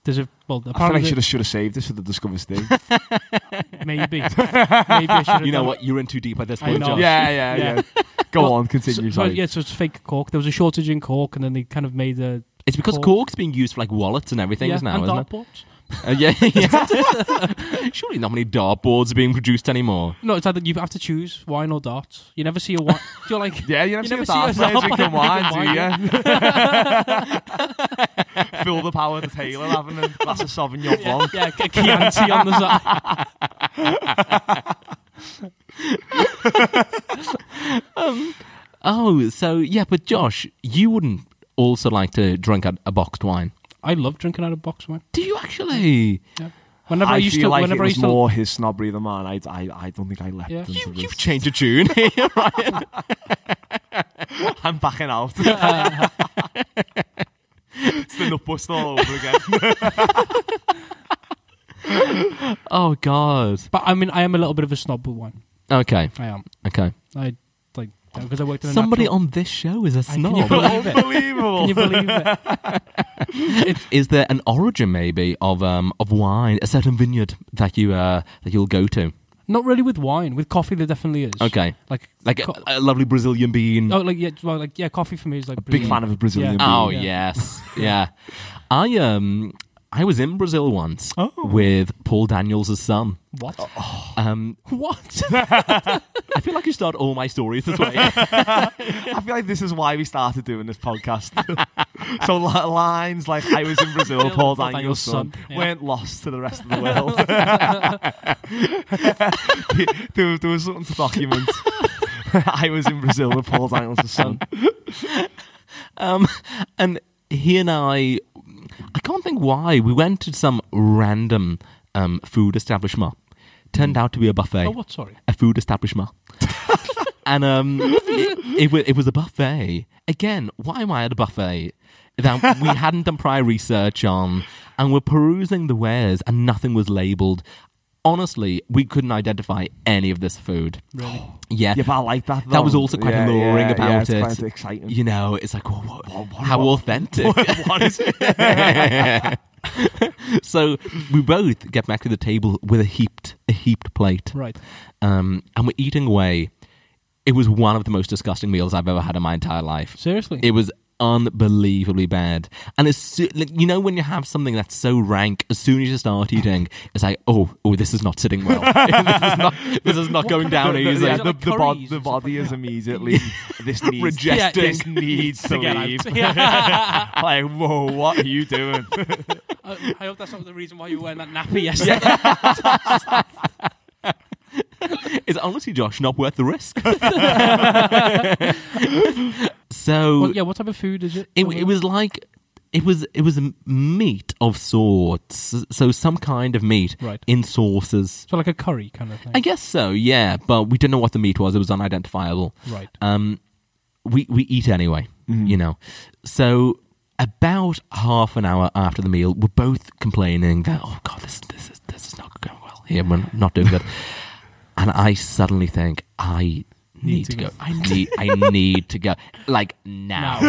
B: there's a well
D: I feel
B: apparently
D: like should have should have saved this for the Discover Steve.
B: maybe maybe I should have
C: Ah, You know
B: done
C: what? You're in too deep at this
B: I
C: point,
B: know.
C: Josh.
D: yeah, yeah,
B: Yeah.
D: yeah. Go
B: Well,
D: on,
B: it. So,
D: continue.
B: so,
D: sorry.
B: yeah, so it's fake cork. There was a shortage in cork, and then they kind of made the
C: It's because
B: Cork.
C: cork's being used for like wallets and everything
B: yeah,
C: now,
B: and
C: isn't it?
B: dartboards.
C: Uh, yeah, yeah. Surely not many dartboards are being produced anymore.
B: No, it's either you have to choose wine or darts. You never see a wine. You're like
D: Yeah, you never
B: You
D: see
B: never
D: a
B: see yourself
D: dad player drinking
B: like
D: wine,
B: drinking
D: do you? Feel the power of the tailor having a glass of Sauvignon Blanc.
B: yeah, a Chianti on the side.
C: Oh, so yeah, but Josh, you wouldn't also like to drink a, a boxed wine,
B: I love drinking out of box wine.
C: do you? Actually,
B: Yeah. Whenever I,
D: I
B: used
D: feel
B: to,
D: like
B: whenever I
D: it was
B: used to,
D: more his snobbery than mine. I, I, I don't think I left
B: Yeah.
D: into
C: you,
D: this.
C: you've changed a tune.
D: I'm backing out. it's the nutbuster all over again.
C: oh God.
B: but I mean, I am a little bit of a snob with wine.
C: Okay.
B: I am.
C: Okay.
B: I like because I worked in a
C: Somebody
B: natural-
C: on this show is a
B: I- Can you
C: snob.
B: believe it? Can
D: Unbelievable.
B: you believe it?
C: Is there an origin maybe of um of wine, a certain vineyard that you uh that you'll go to?
B: Not really with wine. With coffee, there definitely is.
C: Okay.
B: Like
C: Like a,
B: co-
C: a lovely Brazilian bean.
B: oh, like yeah, well, like yeah, coffee for me is like
D: Big
B: brilliant.
D: fan of a
B: Yeah.
D: Brazilian beer.
C: Oh
B: Yeah.
C: yes, yeah. I um, I was in Brazil once
B: Oh.
C: with Paul Daniels' son.
B: What? Oh,
C: Um,
B: What?
C: I feel like you start all my stories this way.
D: I feel like this is why we started doing this podcast. so li- lines like "I was in Brazil, Paul
B: Paul
D: Daniels'
B: Daniels' son,
D: son"
B: yeah.
D: weren't lost to the rest of the world. there, there was something to document. I was in Brazil with Paul Daniels' son.
C: Um, and he and I, I can't think why, we went to some random um, food establishment. Turned out to be a buffet.
B: oh, what? Sorry.
C: a food establishment. and um, it, it, wa- it was a buffet. Again, why am I at a buffet that we hadn't done prior research on? And we're perusing the wares and nothing was labeled. Honestly, we couldn't identify any of this food.
B: Really?
C: Yeah.
D: Yeah, but I like that.
C: that was
D: though.
C: also quite
D: Yeah,
C: alluring
D: yeah,
C: about
D: yeah, it's
C: it.
D: Quite exciting.
C: You know, it's like, well, what, how authentic.
D: what is it?
C: so we both get back to the table with a heaped, a heaped plate.
B: Right.
C: um, and we're eating away. It was one of the most disgusting meals I've ever had in my entire life.
B: Seriously?
C: It was unbelievably bad. And as soo- like, you know, when you have something that's so rank, as soon as you start eating, it's like, oh, oh, this is not sitting well. this is not, this is not going down
D: the,
C: easy.
D: yeah,
B: Is it
D: the,
B: like
D: the bod-
B: curries
D: the
B: or stuff
D: body is immediately this needs
C: Rejecting.
D: This needs to
B: Again,
D: leave.
B: I'm- Yeah.
D: like, whoa, what are you doing?
B: I, I hope that's not the reason why you were wearing that nappy yesterday.
C: It's honestly, Josh, not worth the risk. so
B: Well, yeah, what type of food is it?
C: it, it was like it was it was m- meat of sorts. So some kind of meat
B: Right.
C: in sauces.
B: So like a curry kind of thing.
C: I guess so, yeah. But we didn't know what the meat was; it was unidentifiable.
B: Right.
C: Um, we we eat anyway, you know. So about half an hour after the meal, we're both complaining that oh god, this this is this is not going well here. We're not doing good. and I suddenly think I need, to,
B: to
C: go.
B: go.
C: I need I need to go like now.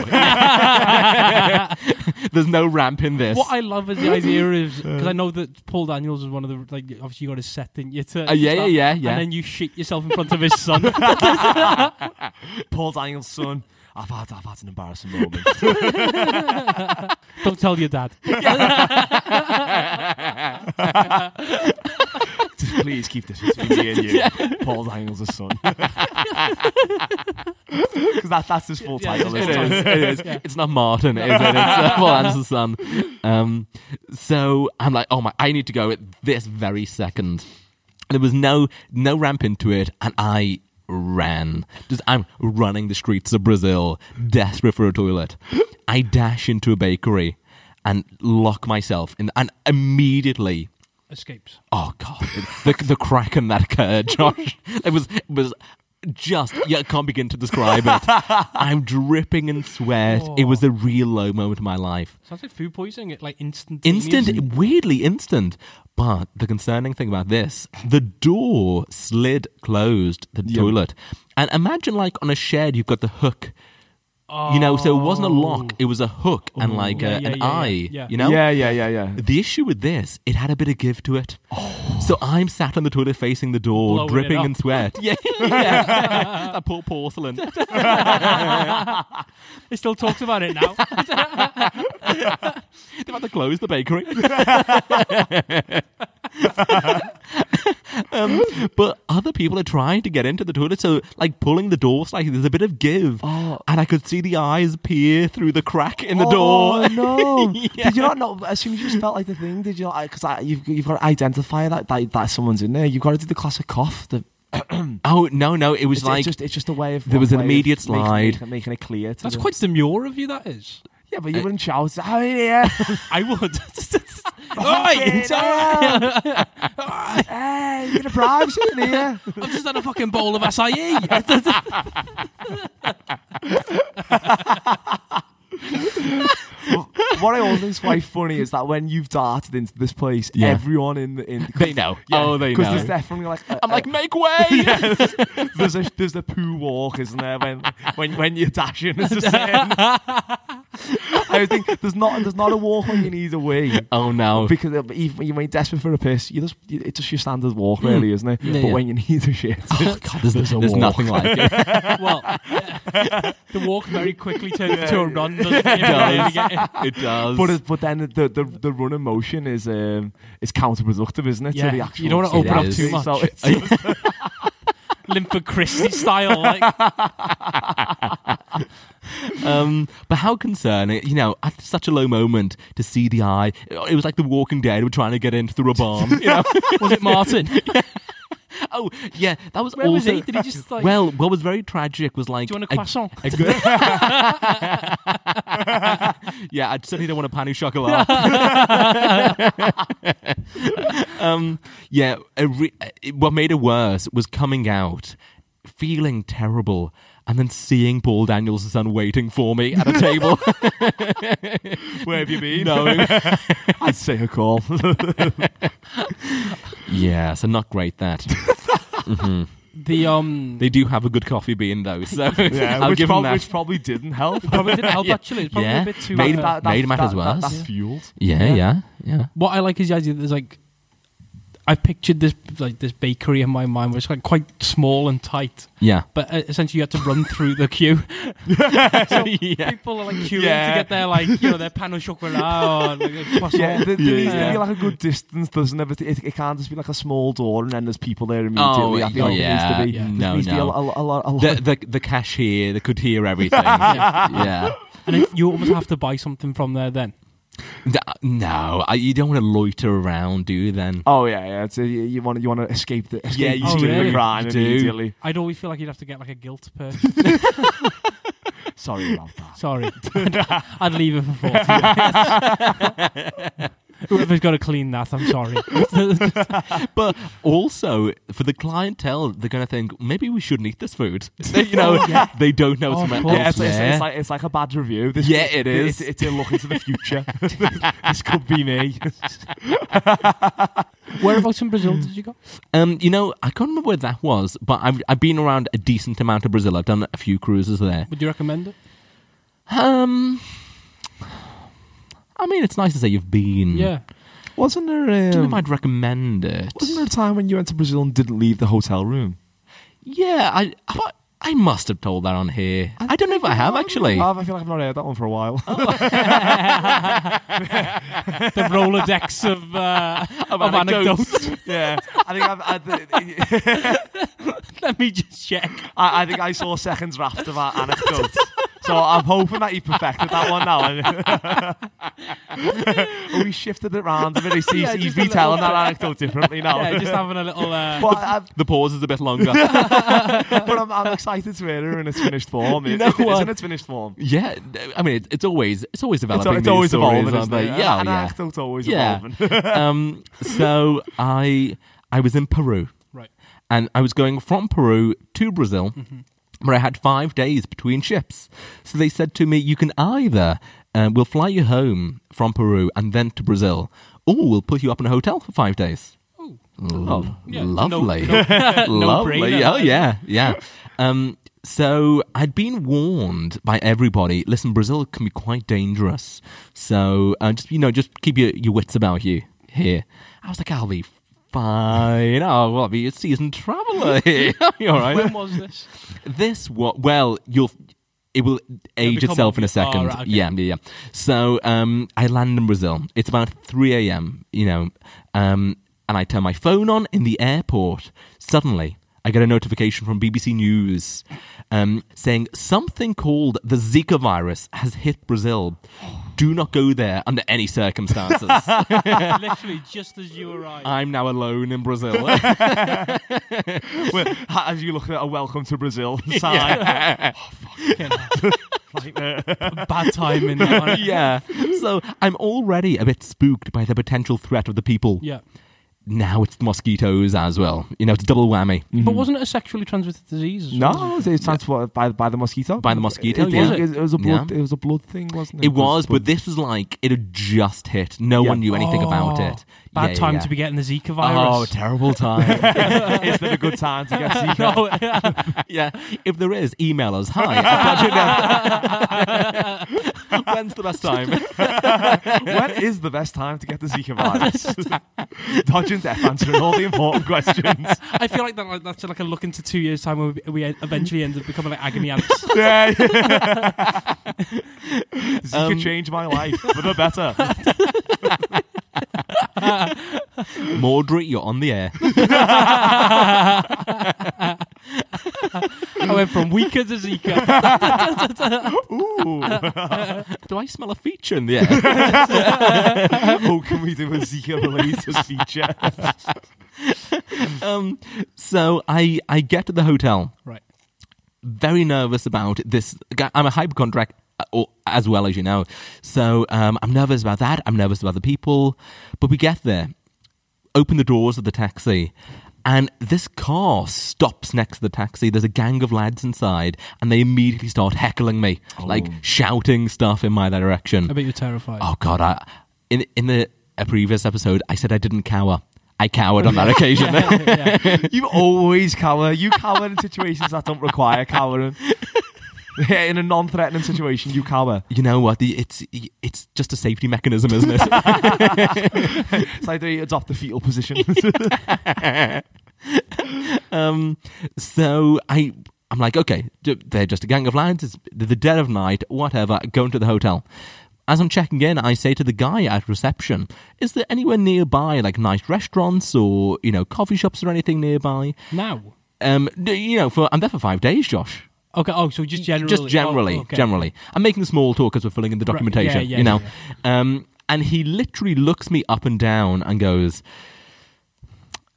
C: There's no ramp in this.
B: What I love is the idea is because I know that Paul Daniels is one of the like obviously you got his set didn't you to
C: Uh, yeah, yeah, yeah, yeah.
B: and then you shit yourself in front of his son.
D: Paul Daniels' son. I've had, I've had an embarrassing moment.
B: Don't tell your dad.
D: Just please keep this between me and you. Paul Daniels' son. Because that, that's his full
B: Yeah,
D: title.
B: it
C: it
D: isn't
C: is.
D: it?
C: It is. It's not Martin, is it? It's uh, Paul Anderson's son. Um, so I'm like, oh my, I need to go at this very second. And there was no no ramp into it, and I ran. Just I'm running the streets of Brazil, desperate for a toilet. I dash into a bakery and lock myself in, and immediately
B: Escapes.
C: Oh god, the the crack in that curd, Josh. It was it was just yeah, I can't begin to describe it. I'm dripping in sweat. It was a real low moment in my life.
B: Sounds like food poisoning. It like instant.
C: Instant, weirdly instant. But the concerning thing about this, the door slid closed the toilet, and imagine like on a shed, you've got the hook. You know, so it wasn't a lock; it was a hook and like
B: Oh. Yeah,
C: a,
B: yeah,
C: an
B: yeah, yeah,
C: eye.
B: yeah.
C: You know,
D: Yeah, yeah, yeah, yeah.
C: the issue with this, it had a bit of give to it.
D: Oh.
C: So I'm sat on the toilet facing the door,
B: Blowing it
C: dripping
B: up.
C: in sweat. yeah, yeah. that poor porcelain.
B: It still talks about it now.
C: They've had to close the bakery. um, but other people are trying to get into the toilet, so like pulling the door slightly, there's a bit of give, and I could see the eyes peer through the crack in the
D: Oh
C: door.
D: no!
C: Yeah.
D: Did you not know? As soon as you just felt like the thing, did you? Because you've you've got to identify that, that that someone's in there. You've got to do the classic cough. The,
C: Oh no, no, it was
D: it's, it's
C: like
D: just it's just a way of
C: there was an
D: one way of
C: immediate
D: making-
C: slide.
D: making, making it clear. To
B: That's
D: the-
B: quite demure of you. That is.
D: yeah, but you wouldn't shout. Oh yeah,
B: I would.
D: Fucking
B: Oi!
D: hell. hey, you're gonna bribe in here.
B: I've just had a fucking bowl of acai.
D: what I always find funny is that when you've darted into this place,
C: Yeah.
D: everyone in the in
C: they know. oh, they
D: because
C: know.
D: there's definitely like a,
C: I'm like, make way!
D: a- there's a there's the poo walk, isn't there? When when when you're dashing, it's just saying, I think there's not there's not a walk when you need a wee.
C: Oh no.
D: Because uh, even you might desperate for a piss, you just you- it's just your standard walk, really, isn't it?
C: Hmm. Yeah,
D: but
C: yeah.
D: when you need a shit,
C: Oh, God, there's,
D: There's a
C: there's
D: walk.
C: nothing like it.
B: well, the walk very quickly turns into a run. doesn't it?
C: does. It does.
D: but it, but then the, the the run in motion is um is counterproductive, isn't it?
B: Yeah,
D: To
B: you
D: the actual
B: don't wanna
D: state
C: open up
D: of
C: too
D: it.
B: much.
D: So it's-
B: Linford Christie style. Like,
C: um, but how concerning, you know, at such a low moment to see the eye. It was like The Walking Dead were trying to get in through a bomb. You know?
B: was it Martin?
C: oh, yeah, that was
B: Where was
C: also-
B: he? Did he just like?
C: well, what was very tragic was like.
B: do you want a
C: a-
B: croissant?
C: a good- yeah, I certainly don't want a panic chocolat. um, yeah, a re- uh, what made it worse was coming out, feeling terrible, and then seeing Paul Daniels' son waiting for me at a table.
D: Where have you been?
C: no,
D: I'd say a call.
C: yeah, so not great that.
B: the um.
C: They do have a good coffee bean though, so I'll
D: which,
C: give them
D: prob-
C: that.
D: which probably didn't help.
B: probably didn't help actually. It's probably
C: Yeah.
B: a bit too.
C: Made
B: uh,
C: that- Made matters worse.
D: That's
C: Yeah.
D: fueled.
C: yeah, yeah, yeah.
B: what I like is the idea that there's like I pictured this like this bakery in my mind which is like quite small and tight,
C: Yeah.
B: but uh, essentially you had to run through the queue. so people are like queuing
D: Yeah.
B: to get their like you know their pan au chocolat or like, a croissant.
D: Yeah, there, there
C: Yeah,
D: needs to
B: yeah.
D: be like a good distance, doesn't it? But It, it can't just be like a small door and then there's people there immediately.
C: Oh,
D: I feel like
C: yeah.
D: it needs to be,
C: Yeah.
D: there
C: No,
D: needs to be a,
C: no.
D: lo- a, lo- a, lo- a,
C: The, the the cashier that could hear everything. yeah.
B: and then you almost have to buy something from there then.
C: D- No, I, you don't want to loiter around, do you? Then
D: Oh yeah, yeah. It's a, you- you want to you want to escape the escape
C: Yeah,
D: the
C: you
D: scene
B: do.
D: of the
B: You
D: crime
C: do.
D: immediately.
B: I'd always feel like you'd have to get like a guilt purse.
D: Sorry about that.
B: Sorry, I'd leave it for forty. Whoever's got to clean that, I'm sorry.
C: but also for the clientele, they're going to think maybe we shouldn't eat this food. you know, they don't know
B: Oh,
C: it's
B: of
C: meant
B: course.
D: Yeah, it's, it's,
C: elsewhere.
D: it's like it's like a bad review. This,
C: Yeah, it is.
D: It's, it's a look into the future. this could be me.
B: Whereabouts in Brazil did you go?
C: Um, you know, I can't remember where that was, but I've I've been around a decent amount of Brazil. I've done a few cruises there.
B: Would you recommend it?
C: Um, I mean, it's nice to say you've been.
B: Yeah.
D: Wasn't there?
C: I don't know
D: Um,
C: if I'd recommend it.
D: wasn't there a time when you went to Brazil and didn't leave the hotel room?
C: Yeah, I, I I must have told that on here. I, don't know if I have actually.
D: Oh, I feel like I've not heard that one for a while.
B: the Rolodex of, uh, of, anecdotes.
D: yeah, I think I've, I, th-
B: Let me just check.
D: I, I think I saw a second draft of our anecdotes. So I'm hoping that you perfected that one now. we shifted it round a bit. He's,
B: Yeah, just
D: he's, he's
B: a little
D: retelling that anecdote differently now.
B: Yeah, just having a little. Uh,
D: but I,
C: The pause is a bit longer.
D: but I'm, I'm excited to hear her in its finished form.
C: You know
D: If it is
C: what?
D: in its finished form.
C: yeah, I mean it, it's always it's always
D: It's,
C: developing.
D: it's
C: these
D: always
C: stories,
D: evolving,
C: aren't
D: isn't it?
C: they? Yeah,
D: An
C: yeah.
D: anecdote's always
C: Yeah.
D: evolving.
C: um, so I I was in Peru
B: right.
C: and I was going from Peru to Brazil,
B: Mm-hmm.
C: where I had five days between ships. So they said to me, "You can either uh, we'll fly you home from Peru and then to Brazil, or we'll put you up in a hotel for five days."
B: Oh.
C: Lo-
B: Yeah,
C: lovely,
B: no-
C: lovely.
B: No-brainer.
C: oh yeah, yeah. Um, so I'd been warned by everybody. Listen, Brazil can be quite dangerous. So uh, just you know, just keep your, your wits about you here. I was like, I'll be fine. Oh, well, I'll be a seasoned traveller here. I'll be all right.
B: When was this?
C: This what? Well, you'll. It will age
B: become
C: itself in a
B: obvious. Oh,
C: second.
B: right, okay.
C: Yeah, yeah, yeah. So um, I land in Brazil. It's about three a.m. You know, um, and I turn my phone on in the airport. Suddenly, I get a notification from BBC News um, saying something called the Zika virus has hit Brazil. Do not go there under any circumstances.
B: Literally just as you arrived.
C: I'm now alone in Brazil.
D: Well, ha- As you look at a welcome to Brazil sign.
B: Bad timing. that one.
C: yeah. So I'm already a bit spooked by the potential threat of the people.
B: Yeah.
C: now it's mosquitoes as well. You know, it's a double whammy.
B: But wasn't it a sexually transmitted disease? as well?
D: No, it was transported by, by the mosquito.
C: By the mosquito,
D: It,
C: yeah.
D: it, it was a blood.
C: Yeah.
D: It was a blood thing, wasn't it?
C: It was, but this was like it had just hit. No
D: Yeah.
C: one knew anything about
B: Oh.
C: it.
B: Bad
C: yeah,
B: time
C: yeah.
B: to be getting the Zika
C: Oh,
B: virus.
C: terrible time.
D: Is there a good time to get Zika?
B: No, yeah.
C: yeah. If there is, email us. Hi. at Dodging Net. When's the best time?
D: when is the best time to get the Zika virus? Dodging death, answering all the important questions.
B: I feel like that, like, that's like a look into two years' time when we, we e-, eventually end up becoming like agony ants.
D: Yeah. Zika
C: Um,
D: changed my life for the better.
C: Maudry, you're on the air.
B: I went from Weaker to Zika.
C: Do I smell a feature in the air?
D: oh, can we do a Zika related feature?
C: um, so I, I get to the hotel,
B: Right.
C: very nervous about this. I'm a hypochondriac uh, or- as well, as you know. So um, I'm nervous about that. I'm nervous about the people. But we get there, open the doors of the taxi. And this car stops next to the taxi. There's a gang of lads inside, and they immediately start heckling me, like shouting stuff in my direction.
B: Oh. I bet you're terrified.
C: Oh God! I, in in the a previous episode, I said I didn't cower. I cowered on that occasion.
D: You always cower. You cower in situations that don't require cowering. Yeah, in a non-threatening situation, you cower.
C: You know what? The- It's it's just a safety mechanism, isn't it?
D: It's like they adopt the fetal position.
C: um, so I I'm like, okay, d- they're just a gang of lads. It's the dead of night, whatever. Going to the hotel. As I'm checking in, I say to the guy at reception, "Is there anywhere nearby, like nice restaurants or you know coffee shops or anything nearby?"
B: Now.
C: Um, d- you know, for I'm there for five days, Josh.
B: Okay. Oh, so just generally.
C: Just generally,
B: Oh, okay.
C: generally. I'm making small talk as we're filling in the
B: Right, yeah,
C: documentation,
B: yeah,
C: you know. Um, and he literally looks me up and down and goes,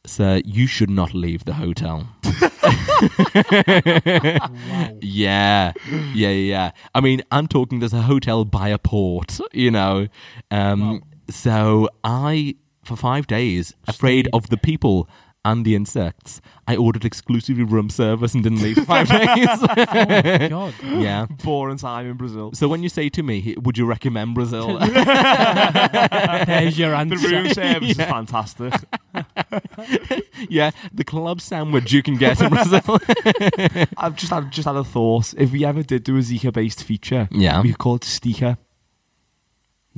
C: "Sir, you should not leave the hotel."
B: Wow.
C: Yeah, yeah, yeah, yeah. I mean, I'm talking. There's a hotel by a port, you know. Um, So I, for five days, afraid of the people and the insects, I ordered exclusively room service and didn't leave for five days.
B: My God.
C: yeah.
D: Boring time in Brazil.
C: So when you say to me, "Would you recommend Brazil?"
B: There's your
D: The
B: answer.
D: room service is fantastic.
C: yeah, the club sandwich you can get in Brazil.
D: I've just had just had a thought. If we ever did do a Zika-based feature,
C: Yeah.
D: we could call it Stika.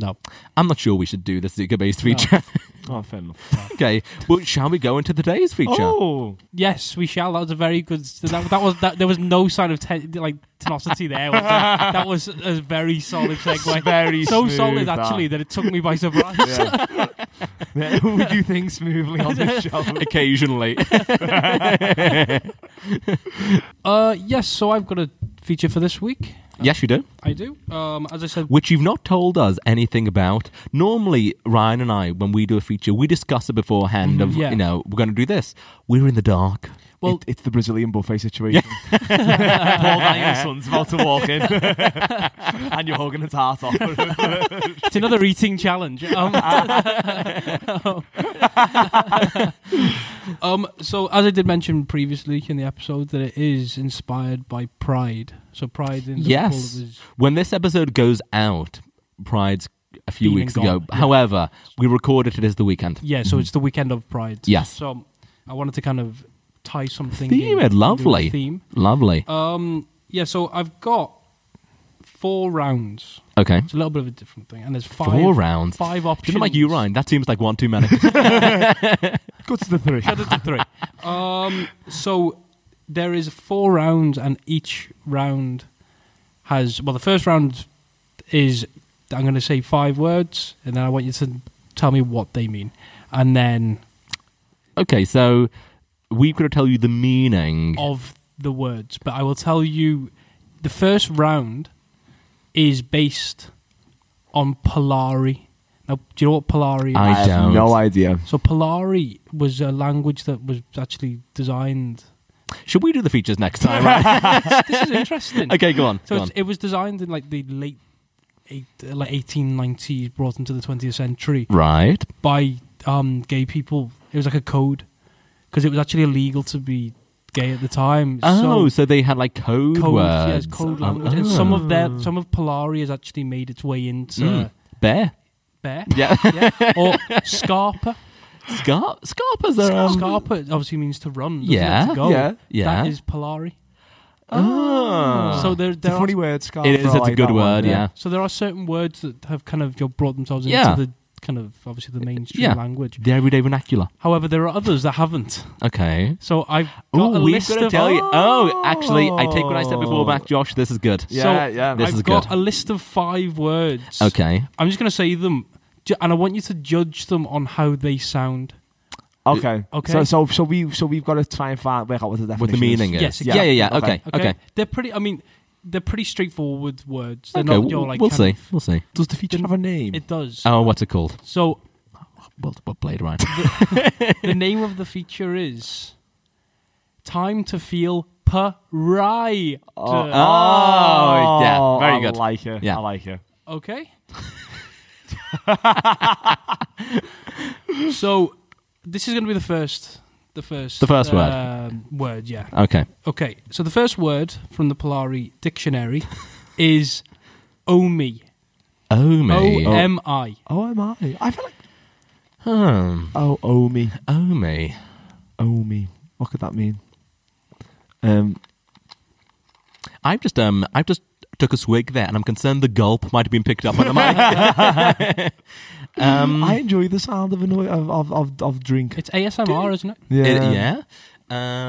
B: No.
C: I'm not sure we should do the Zika-based feature.
D: Oh, fair enough.
C: okay, well, shall we go into today's feature?
D: Oh,
B: Yes, we shall. That was a very good. That, that was that. There was no sign of ten, like tenacity there. Was there? That was a very solid segue.
D: very
B: so
D: smooth,
B: solid
D: that.
B: actually that it took me by surprise.
D: Yeah. Yeah, we do things smoothly on this show.
C: Occasionally,
B: Uh, yes. So I've got a feature for this week.
C: yes, you do.
B: I do. Um, as I said,
C: which you've not told us anything about. Normally, Ryan and I, when we do a feature, we discuss it beforehand. of
B: Mm-hmm. yeah.
C: you know, we're going to do this. We're in the dark.
B: well,
D: It- it's the Brazilian buffet situation. Paul Van your son's about to walk in, and you're hugging his heart off.
B: it's another eating challenge. Um, um, so as I did mention previously in the episode, that it is inspired by Pride. So Pride in Liverpool
C: Yes.
B: was
C: When this episode goes out, Pride's a few
B: Been
C: weeks
B: and
C: ago.
B: gone, yeah.
C: However, we recorded it as the weekend.
B: Yeah, so it's the weekend of Pride.
C: Yes.
B: So I wanted to kind of tie something.
C: Theme
B: in,
C: it, lovely.
B: into a Theme.
C: Lovely.
B: Um. Yeah. So I've got four rounds.
C: okay.
B: It's a little bit of a different thing, and there's five.
C: Four rounds.
B: Five
C: Didn't
B: options.
C: like you, Ryan. That seems like one too many.
D: Good to the three.
B: Cut it to three. Um. So there is four rounds, and each round has well, the first round is I'm going to say five words, and then I want you to tell me what they mean, and then
C: okay, so we've got to tell you the meaning.
B: of the words, but I will tell you the first round is based on Polari. Now, do you know what Polari is?
C: I
D: have
C: don't.
D: no idea.
B: so, Polari was a language that was actually designed.
C: Should we do the features next time? Ryan?
B: This is interesting.
C: okay, go on.
B: so,
C: go
B: it's,
C: on.
B: it was designed in like the late eight, uh, like 1890s, brought into the 20th century
C: Right.
B: by um, gay people. It was like a code because it was actually illegal to be gay at the time.
C: Oh,
B: so
C: so, they had like code,
B: code, yeah,
C: words.
B: it's code
C: Oh,
B: language. And
C: oh. Hmm.
B: some of their some of Polari has actually made its way into
C: Mm. Bear.
B: Bear
C: Yeah.
B: or Scarpa.
C: Scar- Scarpas are. Um,
B: Scarpa obviously means to run. doesn't it,
C: Yeah.
B: to go.
D: Yeah.
C: Yeah.
B: That is Polari.
D: Ah.
B: So there,
D: It's
B: there
D: a
B: are,
D: funny word, Scarf.
C: it is.
D: I
C: It's
D: like
C: a good
D: that
C: word.
D: one,
C: yeah.
B: So there are certain words that have kind of you know, brought themselves into
C: Yeah.
B: the kind of obviously the mainstream
C: Yeah.
B: language.
C: The everyday vernacular.
B: However, there are others that haven't.
C: Okay.
B: So I've got
C: Oh,
B: a
C: we've
B: list
C: got to
B: of
C: tell you. Oh, actually, I take what I said before back, Josh. This is good.
D: Yeah,
B: So,
D: yeah.
C: This
B: I've
C: is
B: got
C: good.
B: a list of five words.
C: Okay.
B: I'm just going to say them, ju- and I want you to judge them on how they sound.
D: Okay.
B: Okay.
D: So, so, so we, so we've got to try and find work out what the definition
C: What the meaning
D: Is.
C: is.
B: Yes,
C: Yeah, yeah, yeah. Okay.
D: Okay.
C: Okay.
B: They're pretty. I mean, they're pretty straightforward words. They're
C: Okay,
B: not.
C: w-
B: You're like
C: we'll
B: kind
C: see.
B: of-
C: We'll see.
D: Does the feature have a name?
B: it does.
C: Oh, what's it called?
B: so
C: Well, what Blade Runner?
B: the name of the feature is "Time to Feel Pride."
C: Oh, yeah. Very
D: I
C: good.
D: like it.
C: Yeah.
D: I like it.
B: Okay. so this is going to be the first, the first,
C: The first word.
B: word. Word, yeah.
C: Okay.
B: Okay. So the first word from the Polari dictionary is omi.
C: Oh me.
B: O M I.
D: Oh, am I? I feel like.
C: Hmm.
D: Oh, oh me,
C: Oh me.
D: oh me. What could that mean? Um.
C: I've just um. I've just took a swig there, and I'm concerned the gulp might have been picked up on the mic.
D: I enjoy the sound of a noi- of, of of of drink.
B: It's ASMR, isn't it?
D: Yeah.
C: It- yeah.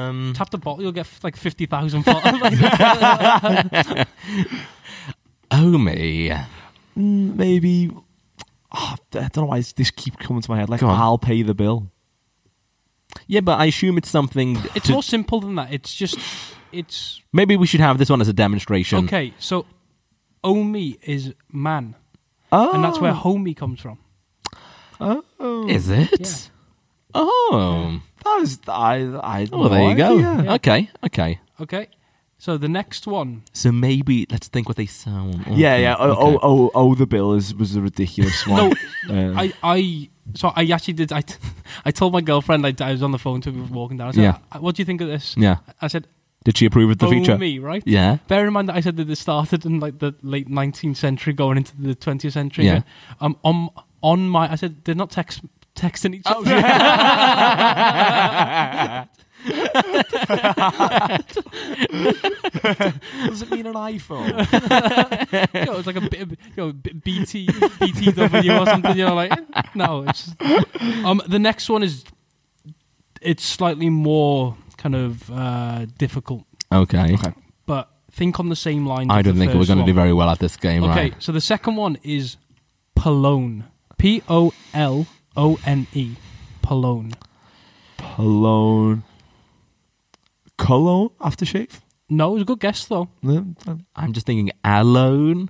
C: Um.
B: Tap the bottle, you'll get f- like fifty thousand followers.
C: Oh me.
D: Mm, maybe. Ah, I don't know why it's- this keeps coming to my head. Like
C: Go on.
D: I'll pay the bill.
C: Yeah, but I assume it's something.
B: it's
C: to-
B: more simple than that. It's just, it's
C: maybe we should have this one as a demonstration.
B: okay. So, omi is man,
D: Oh,
B: and that's where homie comes from.
C: Is it? Oh.
D: that is. I. I.
C: Well, there you go.
D: Yeah.
C: Okay. Okay.
B: Okay. So the next one
C: So maybe let's think what they sound.
D: Yeah,
C: Okay,
D: yeah. Oh,
C: okay.
D: oh, oh, oh, the bill is was a ridiculous one. Um, no,
B: I, I so I actually did. I, t- I told my girlfriend I, I was on the phone to her walking down. I said, "Uh,
C: Yeah.
B: "What do you think of this?"
C: Yeah.
B: I said,
C: Did she approve of the
B: "Oh,
C: feature?
B: me, right?"
C: Yeah.
B: Bear in mind that I said that this started in like the late nineteenth century, going into the twentieth century.
C: Yeah.
B: Um, on on my, I said they're not text texting each
C: Oh,
B: other.
D: does it mean an iPhone?
B: you know, it's like a bit of, you know, B- BT BTW or something. You know, like eh, no. It's, um, the next one is it's slightly more kind of uh, difficult,
C: Okay.
B: but think on the same lines.
C: I
B: as
C: don't
B: the
C: think we're
B: first
C: going to
B: one.
C: do very well at this game,
B: Okay,
C: right?
B: so the second one is Polone. P O L O N E. Polone.
D: Cologne. Cologne aftershave.
B: No, it was a good guess though.
D: No, uh,
C: I'm just thinking alone.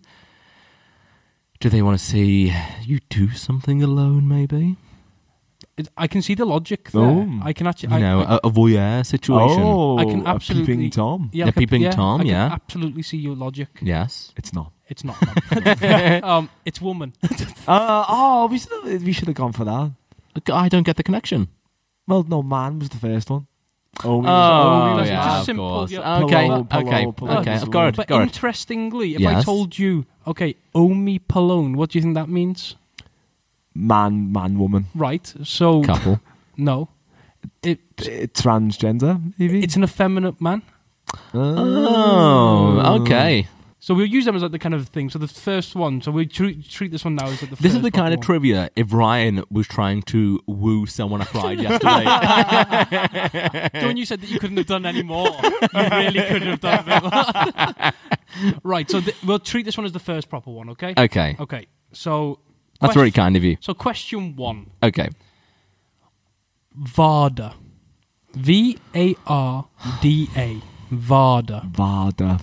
C: Do they want to see you do something alone? Maybe.
B: It, I can see the logic there.
D: Oh.
B: I can actually.
C: You
B: I,
C: know, uh,
B: I,
C: a, a voyeur situation.
D: Oh,
B: I can
D: a
B: absolutely-
D: peeping tom.
B: yeah,
C: a
B: I can-
C: peeping
B: yeah,
C: Tom,
B: I can
C: yeah.
B: absolutely see your logic.
C: Yes.
D: It's not.
B: It's not. Tom. um, it's woman.
D: Uh, oh, we should have, we should have gone for that.
C: Look, I don't get the connection.
D: Well, no, man was the first one. Oh,
C: Uh,
B: Oh, yeah,
D: yeah,
B: of simple, course. yeah.
C: Okay,
D: Polo, polo,
C: okay,
D: polo
C: okay.
D: is
C: I've got it.
B: But
C: got it.
B: interestingly, if I
C: Yes.
B: told you, okay, Omi Polone, what do you think that means?
D: man, man, woman,
B: Right. So
C: Couple.
B: no, it,
D: Uh, transgender, maybe.
B: it's an effeminate man.
C: Oh, okay.
B: So we'll use them as like the kind of thing. So the first one. So we treat, treat this one now as like the.
C: This is
B: first
C: the kind of
B: proper one.
C: trivia if Ryan was trying to woo someone I cried yesterday.
B: So when you said that you couldn't have done any more, you really couldn't have done that. right. So th- we'll treat this one as the first proper one. Okay.
C: Okay.
B: Okay. So
C: That's
B: quest-
C: very kind of you.
B: So question one:
C: Okay.
B: Varda, V A R D A, Varda.
D: Varda.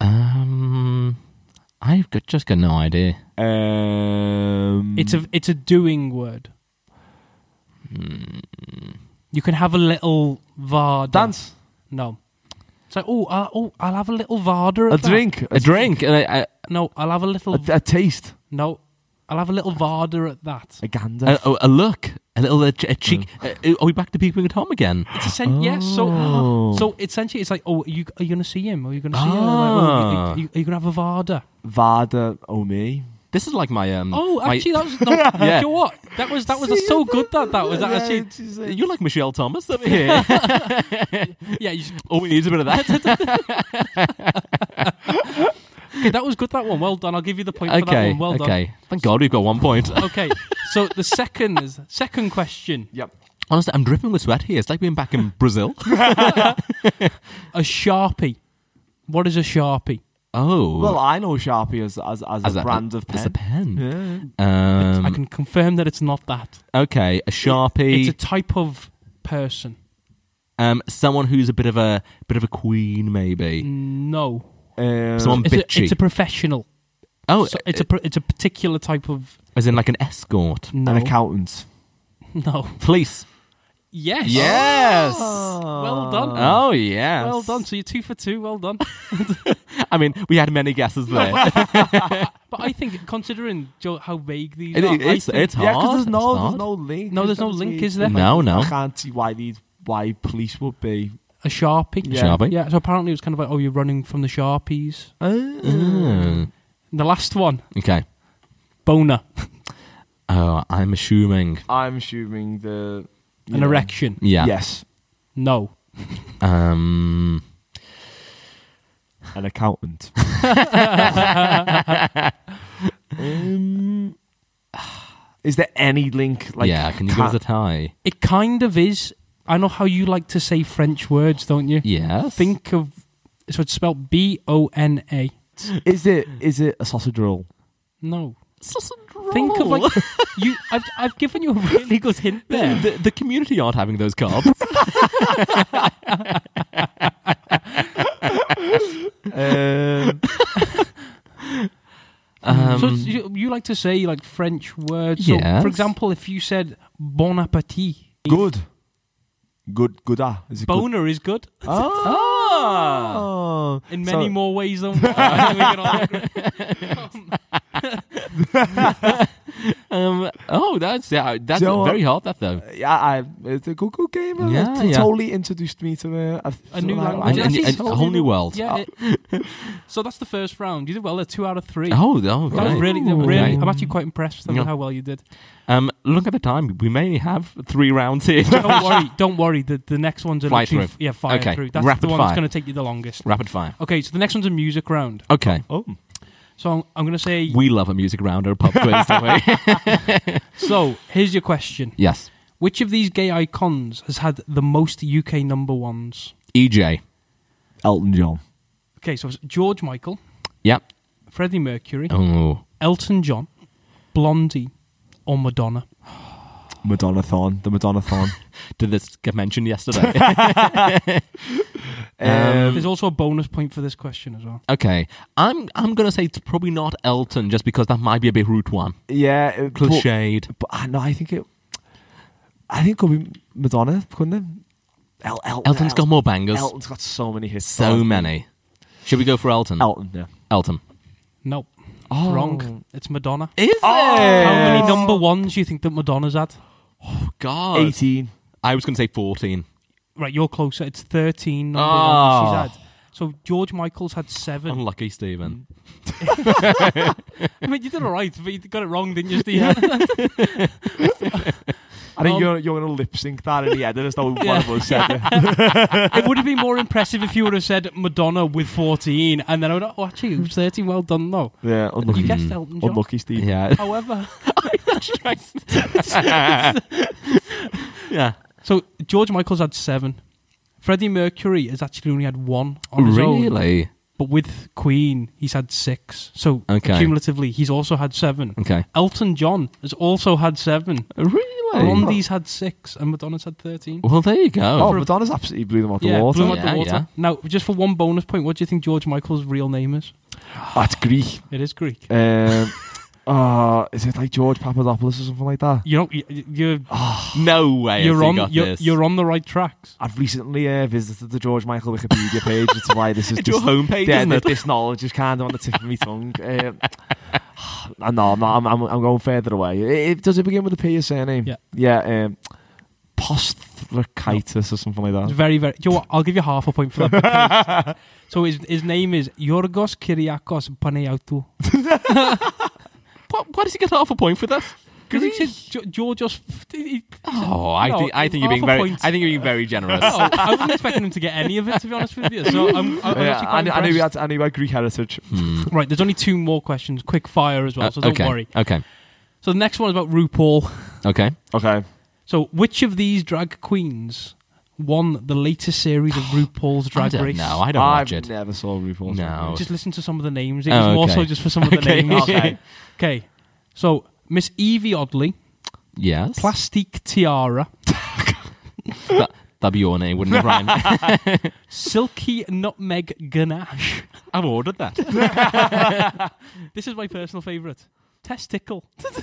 C: Um, I've got, just got no idea.
D: Um,
B: It's a it's a doing word.
C: Hmm.
B: You can have a little Varda
D: dance,
B: No. It's like, oh, I'll, oh, I'll have a little Varda.
D: a
B: at that.
D: drink,
C: A drink. and I- I-
B: No, I'll have a little.
D: a, a taste,
B: no, I'll have a little Varda at that.
D: a gander.
C: a, a- a look. A little a, a cheek. uh, are we back to peeping Tom again?
B: It's essen- yes.
C: Oh.
B: So, so essentially, it's like, oh, are you are you gonna see him? Are you gonna see him? Like, oh,
C: Ah.
B: you- you- are you gonna have a Varda?
D: Varda, oh me.
C: This is like my um.
B: Oh,
C: my-
B: actually, that was. That,
C: Yeah.
B: You know what? That was that was a so good that that was that actually.
C: you're like Michelle Thomas over here.
B: Yeah, you, s-
C: All we need is a bit of that.
B: okay, that was good. That one. Well done. I'll give you the point for that
C: okay.
B: one. Well
C: okay. Thank God we've got one point.
B: done. Okay. So the second is second question.
D: Yep.
C: Honestly, I'm dripping with sweat here. It's like being back in Brazil.
B: A sharpie. What is a sharpie?
C: Oh.
D: Well, I know Sharpie as as, as, a, brand of pen.
C: It's a pen.
D: Yeah.
C: Um,
B: I can confirm that it's not that.
C: okay, a sharpie.
B: It's a type of person.
C: um, someone who's a bit of a bit of a queen, maybe.
B: No.
D: Um,
C: Someone
B: It's
C: bitchy.
B: a, it's a professional.
C: oh,
B: So it's a pr- it's a particular type of
C: as in like an escort.
B: no
D: an accountant.
B: no
C: Police.
B: yes
C: Yes.
B: well done
C: Oh yes.
B: well done so you're two for two well done
C: I mean, we had many guesses there.
B: but I think considering Joe, how vague these
C: It-
B: are I
C: it's,
B: think-
C: it's hard.
D: Yeah, because there's
C: It's
D: no
C: hard.
D: there's no link.
B: No, there's no link,
D: between-
B: is there?
C: No, no.
D: I can't see why these why police would be.
B: a sharpie
D: Yeah.
C: Sharpie.
B: yeah so apparently it was kind of like oh you're running from the sharpies
C: Mm.
B: and the last one
C: Okay.
B: boner
C: Oh, I'm assuming.
D: I'm assuming the you
B: an
D: know.
B: erection
C: Yeah.
D: Yes,
B: no
C: Um.
D: an accountant. um, is there any link? Like,
C: yeah. Can you give us a tie?
B: it kind of is I know how you like to say French words don't you
C: Yes.
B: think of so it's spelled B O N A
D: is it is it a sausage roll?
B: no
C: Sausage
B: Think of
C: roll.
B: like you. I've I've given you a really good hint there.
C: The, the community aren't having those carbs.
D: Um,
B: so it's- you, you like to say like French words. So,
C: Um, Yes.
B: for example, if you said bon appetit,
D: good, good, good. Ah, is it good? Ah.
B: boner is good
C: Ah.
D: Oh.
B: Ah. in
D: So-
B: many more ways than. one. I think we can
C: um, oh, that's yeah, that's
D: Do you know what?
C: very hard. That though.
D: Yeah, I, it's a good, good game.
C: Yeah,
D: Yeah, it
C: yeah.
D: totally introduced me to a, a,
B: A new
D: I- I-
B: language.
D: I
C: And-
D: just
C: and-
D: totally
C: a whole new
D: know.
C: world.
B: all- yeah. it- so that's the first round. You did well. They're two out of three.
C: Oh, oh
B: That was
C: great.
B: really, that was
C: Ooh.
B: really. I'm
C: Right.
B: actually quite impressed with
C: Yeah.
B: how well you did.
C: Um, look at the time. We may only have three rounds here.
B: Don't worry, don't worry. The, the next one's a
C: Fly
B: literally-
C: through.
B: Yeah, fire
C: Okay,
B: through. That's
C: rapid
B: the one
C: fire.
B: that's going to take you the longest.
C: Rapid fire.
B: Okay, so the next one's a music round.
C: Okay.
D: Oh,
B: So I'm, I'm going to say.
C: We love a music round or a pop quiz, don't we?
B: so here's your question.
C: yes.
B: Which of these gay icons has had the most UK number ones?
C: EJ.
D: Elton John.
B: Okay, so it's George Michael,
C: Yep.
B: Freddie Mercury,
C: Oh.
B: Elton John, Blondie, or Madonna.
D: Madonna Thon, the Madonna Thon.
C: Did this get mentioned yesterday?
B: Um, There's also a bonus point for this question as well.
C: okay. I'm I'm gonna say it's probably not Elton, just because that might be a bit route one.
D: yeah, it- but-
C: Cliched.
D: But, I no, I think it. I think it could be Madonna, couldn't it? El, Elton,
C: Elton's got more bangers.
D: Elton's got so many hits.
C: So many. Should we go for Elton?
D: Elton, yeah.
C: Elton.
B: Nope.
D: Oh.
B: Wrong. It's Madonna.
C: Is
B: How
C: it?
B: many number ones do you think that Madonna's had?
C: God.
D: 18.
C: I was going to say 14.
B: Right, you're closer. It's 13 number
C: Oh.
B: ones she's had. So George Michael's had seven.
C: Unlucky Stephen.
B: I mean, you did all right, but you got it wrong, didn't you, Steve?
D: I think
B: Um,
D: you're, you're going to lip sync that in the end. There's no
B: Yeah.
D: one of us said it.
B: it would have been more impressive if you would have said Madonna with 14, and then I would have, oh, actually, it was 13, well done, though.
D: Yeah, unlucky.
B: You guessed Elton John.
D: Unlucky, Steve.
C: Yeah.
B: However,
C: yeah.
B: so George Michael's had seven. Freddie Mercury has actually only had one on his own,
C: Really?
B: but with Queen, he's had six. So
C: Okay.
B: cumulatively, he's also had seven.
C: Okay.
B: Elton John has also had seven.
C: Really?
B: Blondie's had six, and Madonna's had 13.
C: Well, there you go.
D: Oh, Madonna's absolutely blew them out the
B: Yeah,
D: water.
B: blew 'em out
C: Yeah,
B: the water.
C: yeah.
B: Now, just for one bonus point, what do you think George Michael's real name is?
D: That's Greek.
B: It is Greek.
D: Um, uh, is it like George Papadopoulos or something like that?
B: You know, you, you're
C: no way.
B: you're
C: has he
B: on
C: got
B: you're,
C: this.
B: you're on the right tracks.
D: I've recently uh, visited the George Michael Wikipedia page. That's why this is
C: It's your
D: just-
C: homepage,
D: yeah,
C: isn't it?
D: th- This knowledge is kind of on the tip of my tongue. Um, I no, I'm, not, I'm, I'm, I'm going further away. It, it- does it begin with a P, your surname?
B: Yeah.
D: Yeah. Um, Postthracitis or something like
B: It's
D: that.
B: very very. Do you know what? I'll give you half a point for that. so his his name is Yorgos Kyriakos Paneautou.
C: What, why does he get half a point for that?
B: Because he said Jo- George just. he-
C: Oh, I
B: No,
C: think I think you're
B: half
C: being
B: a
C: very
B: point.
C: I think you're being very generous.
B: Oh, I wasn't expecting him to get any of it, to be honest with you. So I'm, I'm
D: Yeah,
B: actually
D: I,
B: quite
D: knew, I knew he
B: impressed.
D: had, I knew he had Greek heritage.
B: Right, there's only two more questions, quick fire as well, so
C: Hmm. Uh,
B: don't
C: okay.
B: worry.
C: Okay.
B: So the next one is about RuPaul.
C: Okay.
D: Okay.
B: So which of these drag queens won the latest series of RuPaul's
C: I
B: Drag
C: don't
B: Race?
C: know. I don't
D: I've
C: watch it.
D: never saw RuPaul's.
C: No.
B: Just listen to some of the names. It
C: Oh,
B: was more
C: okay.
B: so just for some of the
C: Okay.
B: names.
C: Okay.
B: Okay. So Miss Evie Oddly,
C: Yes.
B: Plastique Tiara,
C: That, that'd be your name, wouldn't it, Ryan?
B: Silky Nutmeg Ganache.
C: I've ordered that.
B: This is my personal favourite. Testicle.
D: oh,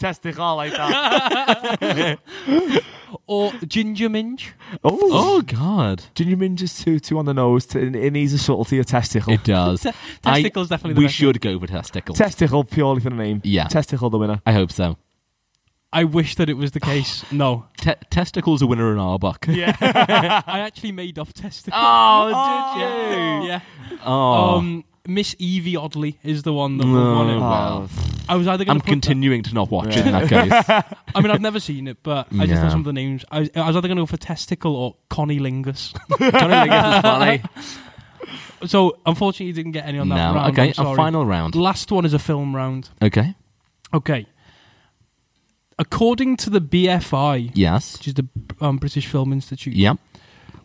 D: testicle like that.
B: Or Ginger Minge.
D: Oh,
C: oh God.
D: Ginger Minge is too, too on the nose. T- it needs a subtlety of testicle.
C: It does.
B: Te-
C: I-
B: testicle's definitely the
C: We
B: best
C: should go for testicle.
D: testicle purely for the name.
C: Yeah.
D: Testicle the winner.
C: I hope so.
B: I wish that it was the case. No.
C: Te- testicles a winner in Arbuck. Yeah.
B: I actually made up testicle.
C: Oh, did you?
B: Yeah.
C: Oh.
B: Um, Miss Evie Oddly is the one that
C: No.
B: won it.
C: Well.
B: I was either going
C: I'm
B: to put that-
C: continuing to not watch it in that case.
B: I mean, I've never seen it, but I just
C: Yeah.
B: know some of the names. I was, I was either going to go for testicle or Connie Lingus.
C: Don't think it's funny.
B: so unfortunately, you didn't get any on that
C: No.
B: round.
C: Okay.
B: I'm sorry.
C: A final round.
B: Last one is a film round.
C: Okay.
B: Okay. According to the BFI,
C: Yes.
B: which is the um, British Film Institute,
C: Yep.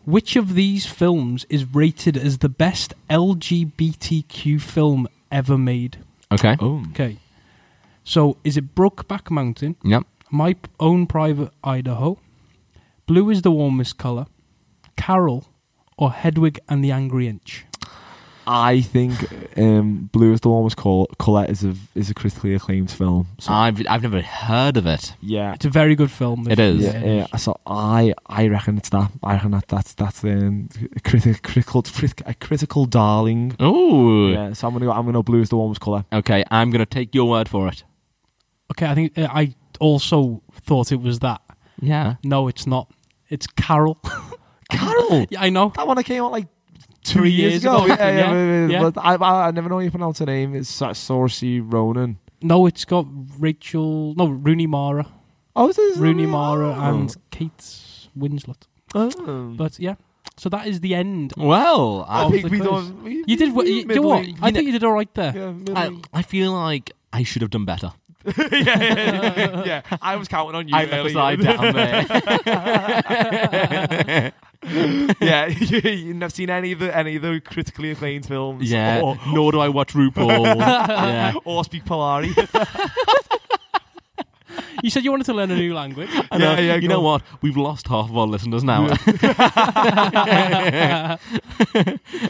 B: which of these films is rated as the best LGBTQ film ever made?
C: Okay.
D: Oh.
B: Okay. So is it Brokeback Mountain?
C: Yep.
B: My P- Own Private Idaho, Blue is the Warmest Colour, Carol, or Hedwig and the Angry Inch?
D: I think um, Blue is the warmest call. Colette is a is a critically acclaimed film. So
B: Ah.
C: I've I've never heard of it.
D: yeah,
B: It's a very good film.
C: It is.
D: yeah, yeah. So I I reckon it's that. I reckon that that's that's um, a criti- critical critical a critical darling.
C: Oh.
D: Yeah. So I'm gonna go, I'm gonna go Blue is the warmest color.
C: Okay. I'm gonna take your word for it.
B: Okay, I think uh, I also thought it was that.
C: Yeah.
B: No, it's not. It's Carol.
D: Carol.
B: yeah, I know.
D: That one that came out like two
B: Three
D: years,
B: years
D: ago.
B: ago,
D: yeah,
B: yeah,
D: yeah, yeah,
B: yeah.
D: But I, I I never know how you pronounce her name. It's Sa- Saoirse Ronan.
B: No, it's got Rachel. No, Rooney Mara.
D: Oh, is this
B: Rooney Mara and
C: Oh.
B: Kate Winslet.
C: Hmm.
D: Oh.
B: But yeah, so that is the end.
C: Well,
D: I
C: I,
B: Oh,
D: think
B: the
D: we
B: quiz.
D: done. we-
B: You did. wh-
D: we
B: You, do you know what?
D: middling.
B: I think you did all right there.
D: Yeah,
C: I,
D: middling.
C: I feel like I should have done better.
D: yeah, I was counting on you.
C: I
D: earlier.
C: upside down there.
D: yeah, you've never seen any of the any of the critically acclaimed films.
C: yeah.
D: Or,
C: Nor do I watch RuPaul. yeah.
D: or speak Polari.
B: You said you wanted to learn a new language.
C: I know.
D: Yeah, yeah,
C: uh, you
D: go
C: know
D: on.
C: what? We've lost half of our listeners now.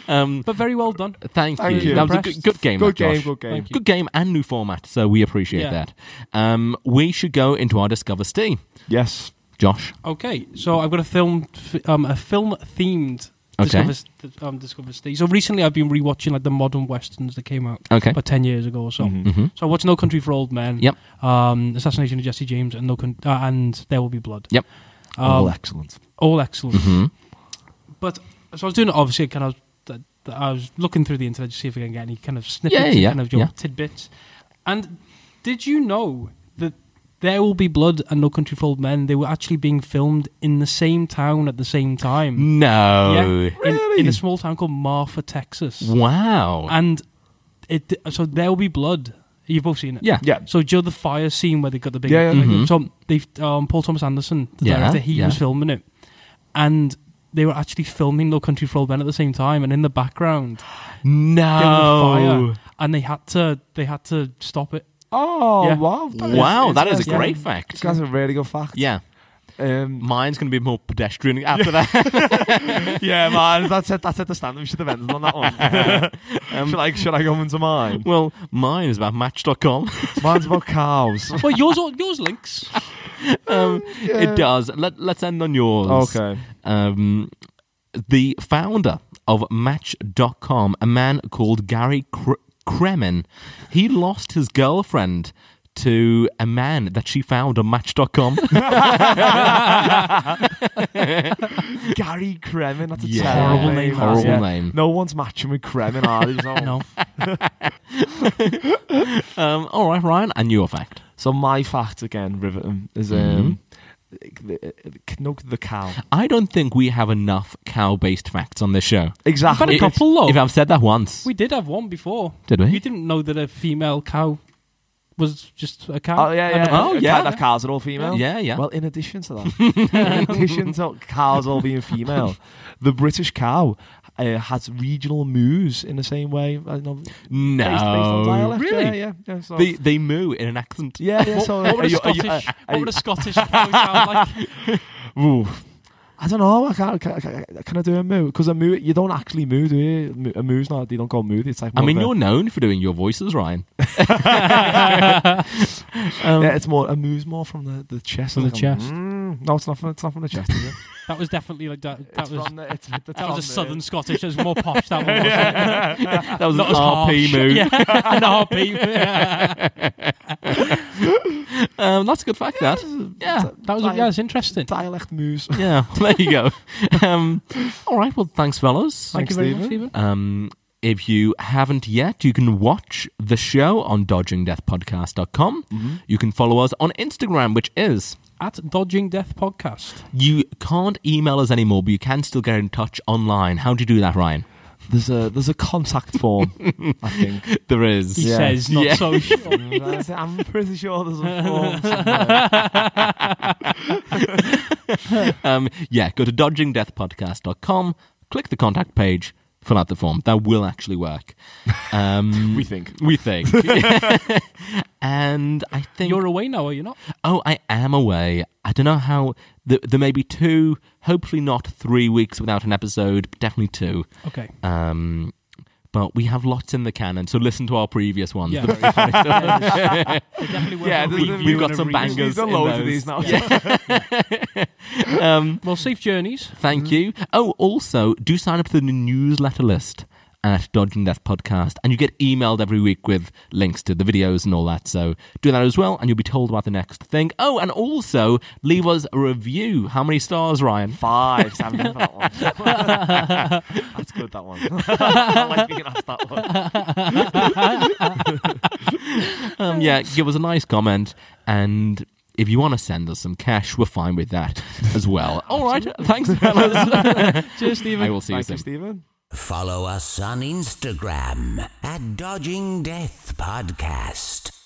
C: um,
B: But very well done.
C: thank,
D: Thank you.
C: That was a
B: Impressed.
C: good, good game. that,
D: good
C: Josh.
D: game, good game.
B: Thank you.
C: Good game and new format, so we appreciate
B: Yeah.
C: that. Um, we should go into our Discover Steam.
D: Yes.
C: Josh.
B: Okay, so I've got a film, f- um, a film themed.
C: Okay.
B: Discover, th- um, Discover State. So recently, I've been rewatching like the modern westerns that came out
C: Okay.
B: about ten years ago or so.
D: Mm-hmm.
C: hmm
B: So I watched No Country for Old Men.
C: Yep.
B: Um, Assassination of Jesse James and No Con- uh, and There Will Be Blood.
C: Yep.
B: Um,
D: All
B: all,
D: excellent.
B: excellent.
C: hmm
B: But so I was doing it obviously kind of. th- th- I was looking through the internet to see if I can get any kind of snippets,
C: Yeah,
B: and
C: yeah,
B: kind of your
C: yeah.
B: tidbits. And did you know that There Will Be Blood and No Country for Old Men they were actually being filmed in the same town at the same time?
C: No.
B: Yeah, in, in a small town called Marfa, Texas.
C: Wow.
D: Uh,
B: And it so there will be blood. You've both seen it.
C: yeah.
D: Yeah.
B: So Joe, the fire scene where they got the big.
D: Yeah, yeah.
C: Mhm.
B: So they um, Paul Thomas Anderson, the
C: Yeah,
B: director, he
C: yeah.
B: was filming it, and they were actually filming No Country for Old Men at the same time, and in the background there
C: No.
B: was a fire, and they had to they had to stop it.
D: Oh
B: Yeah.
D: wow!
C: Wow, that is a
B: interesting.
C: great
D: This
C: fact.
D: guy's a really good fact.
C: Yeah.
D: Um,
C: Mine's going to be more pedestrian after that.
D: yeah, man. That's it. That's it. The standard. We should have ended on that one. should I? Should I go into mine?
C: Well, mine is about Match.com.
D: Mine's about cows.
B: Well, yours all- yours links.
C: um, It does. Let, let's end on yours.
D: Okay.
C: Um, the founder of Match.com, a man called Gary Kr- Kremen, he lost his girlfriend to a man that she found on Match.com.
D: Gary Kremen. That's a
C: Yeah.
D: terrible
B: Horrible
D: name.
B: name,
D: that is,
C: horrible name.
D: No one's matching with Kremen, are they? So,
B: No.
C: um, all right, Ryan, and your fact.
D: so my fact again, Riverton, is um, the, the, no, the cow.
C: I don't think we have enough cow-based facts on this show.
D: Exactly.
B: But a couple though.
C: If Eh? I've said that once,
B: Oh. we did have one before.
C: Did we?
B: You didn't know that a female cow was just a cow.
D: Oh yeah, yeah.
B: And a-
C: Oh, yeah.
D: That cows are all female.
C: Yeah, yeah.
D: Well, in addition to that, in addition to cows all being female, the British cow uh, has regional moos in the same way. I don't know, based,
C: no,
D: based
C: Oh,
D: on dialect.
B: Really?
D: Yeah, yeah. yeah so.
C: They they moo in an accent.
D: yeah, yeah.
B: What,
D: so
B: what would
D: are
B: a
D: you- are
B: Scottish?
D: you- uh,
B: what would a Scottish cow sound like?
D: Oof. I don't know. I can't, can, can, can I do a moo? Because a moo, you don't actually moo, do you? Mo- A moo's not. They don't call moo. It's like
C: I
D: more
C: mean,
D: of a-
C: you're known for doing your voices, Ryan.
B: Um,
D: yeah, it's more a moo's more from the the chest.
B: From the
D: Like,
B: chest.
D: Mm, no, it's not. From, it's not from the chest. Is it?
B: That was definitely like that. That
D: It's
B: was
D: from the- it's-
B: that
D: it's
B: was a
D: from the-
B: southern Scottish. It was more posh. That one. Wasn't it?
C: That was
B: Not
C: an
B: as
C: RP
B: harsh.
C: moo.
B: Yeah, an RP. Yeah.
C: Um, that's a good fact. That. Yeah.
B: That was yeah. That's interesting.
D: dialect moos.
C: Yeah. There you go. Um, all right. Well, thanks, fellas.
B: Thank
D: Thanks,
B: you very
D: Stephen.
B: much, Stephen.
C: Um, if you haven't yet, you can watch the show on dodgingdeathpodcast.com.
B: Mm-hmm.
C: You can follow us on Instagram, which is
B: At Dodging Death Podcast.
C: you can't email us anymore, but you can still get in touch online. How do you do that, Ryan?
D: There's a there's a contact form. I think.
C: There is.
B: He
D: Yeah.
B: says, not
C: Yeah.
B: so sure.
D: I'm pretty sure there's a form.
C: Um, yeah, go to dodgingdeathpodcast.com, click the contact page, fill out the form. That will actually work. Um,
D: we think.
C: we think. and I think.
B: You're away now, are you not?
C: oh, I am away. I don't know how. Th- there may be two, hopefully not three weeks without an episode, but definitely two.
B: Okay.
C: Um, but we have lots in the canon, so listen to our previous ones.
B: Yeah.
C: They're very funny.
B: yeah, there's- they definitely were
D: Yeah,
B: a
D: there's-
B: review
C: we've got
B: and a
C: some
B: read.
C: bangers.
D: There's
C: in
D: loads
C: those.
D: of these now.
B: Well, safe journeys.
C: Thank you. Oh, also, do sign up to the newsletter list at Dodging Death Podcast, and you get emailed every week with links to the videos and all that. So do that as well, and you'll be told about the next thing. Oh, and also leave us a review. How many stars, Ryan?
D: Five. Sam, for that one. That's good. That one. I like being asked that one.
C: Um, yeah, give us a nice comment, and if you want to send us some cash, we're fine with that as well. all right, thanks, fellas.
B: Cheers, Stephen.
C: I will see you
D: Thank you,
C: soon.
D: Stephen.
A: Follow us on Instagram at Dodging Death Podcast.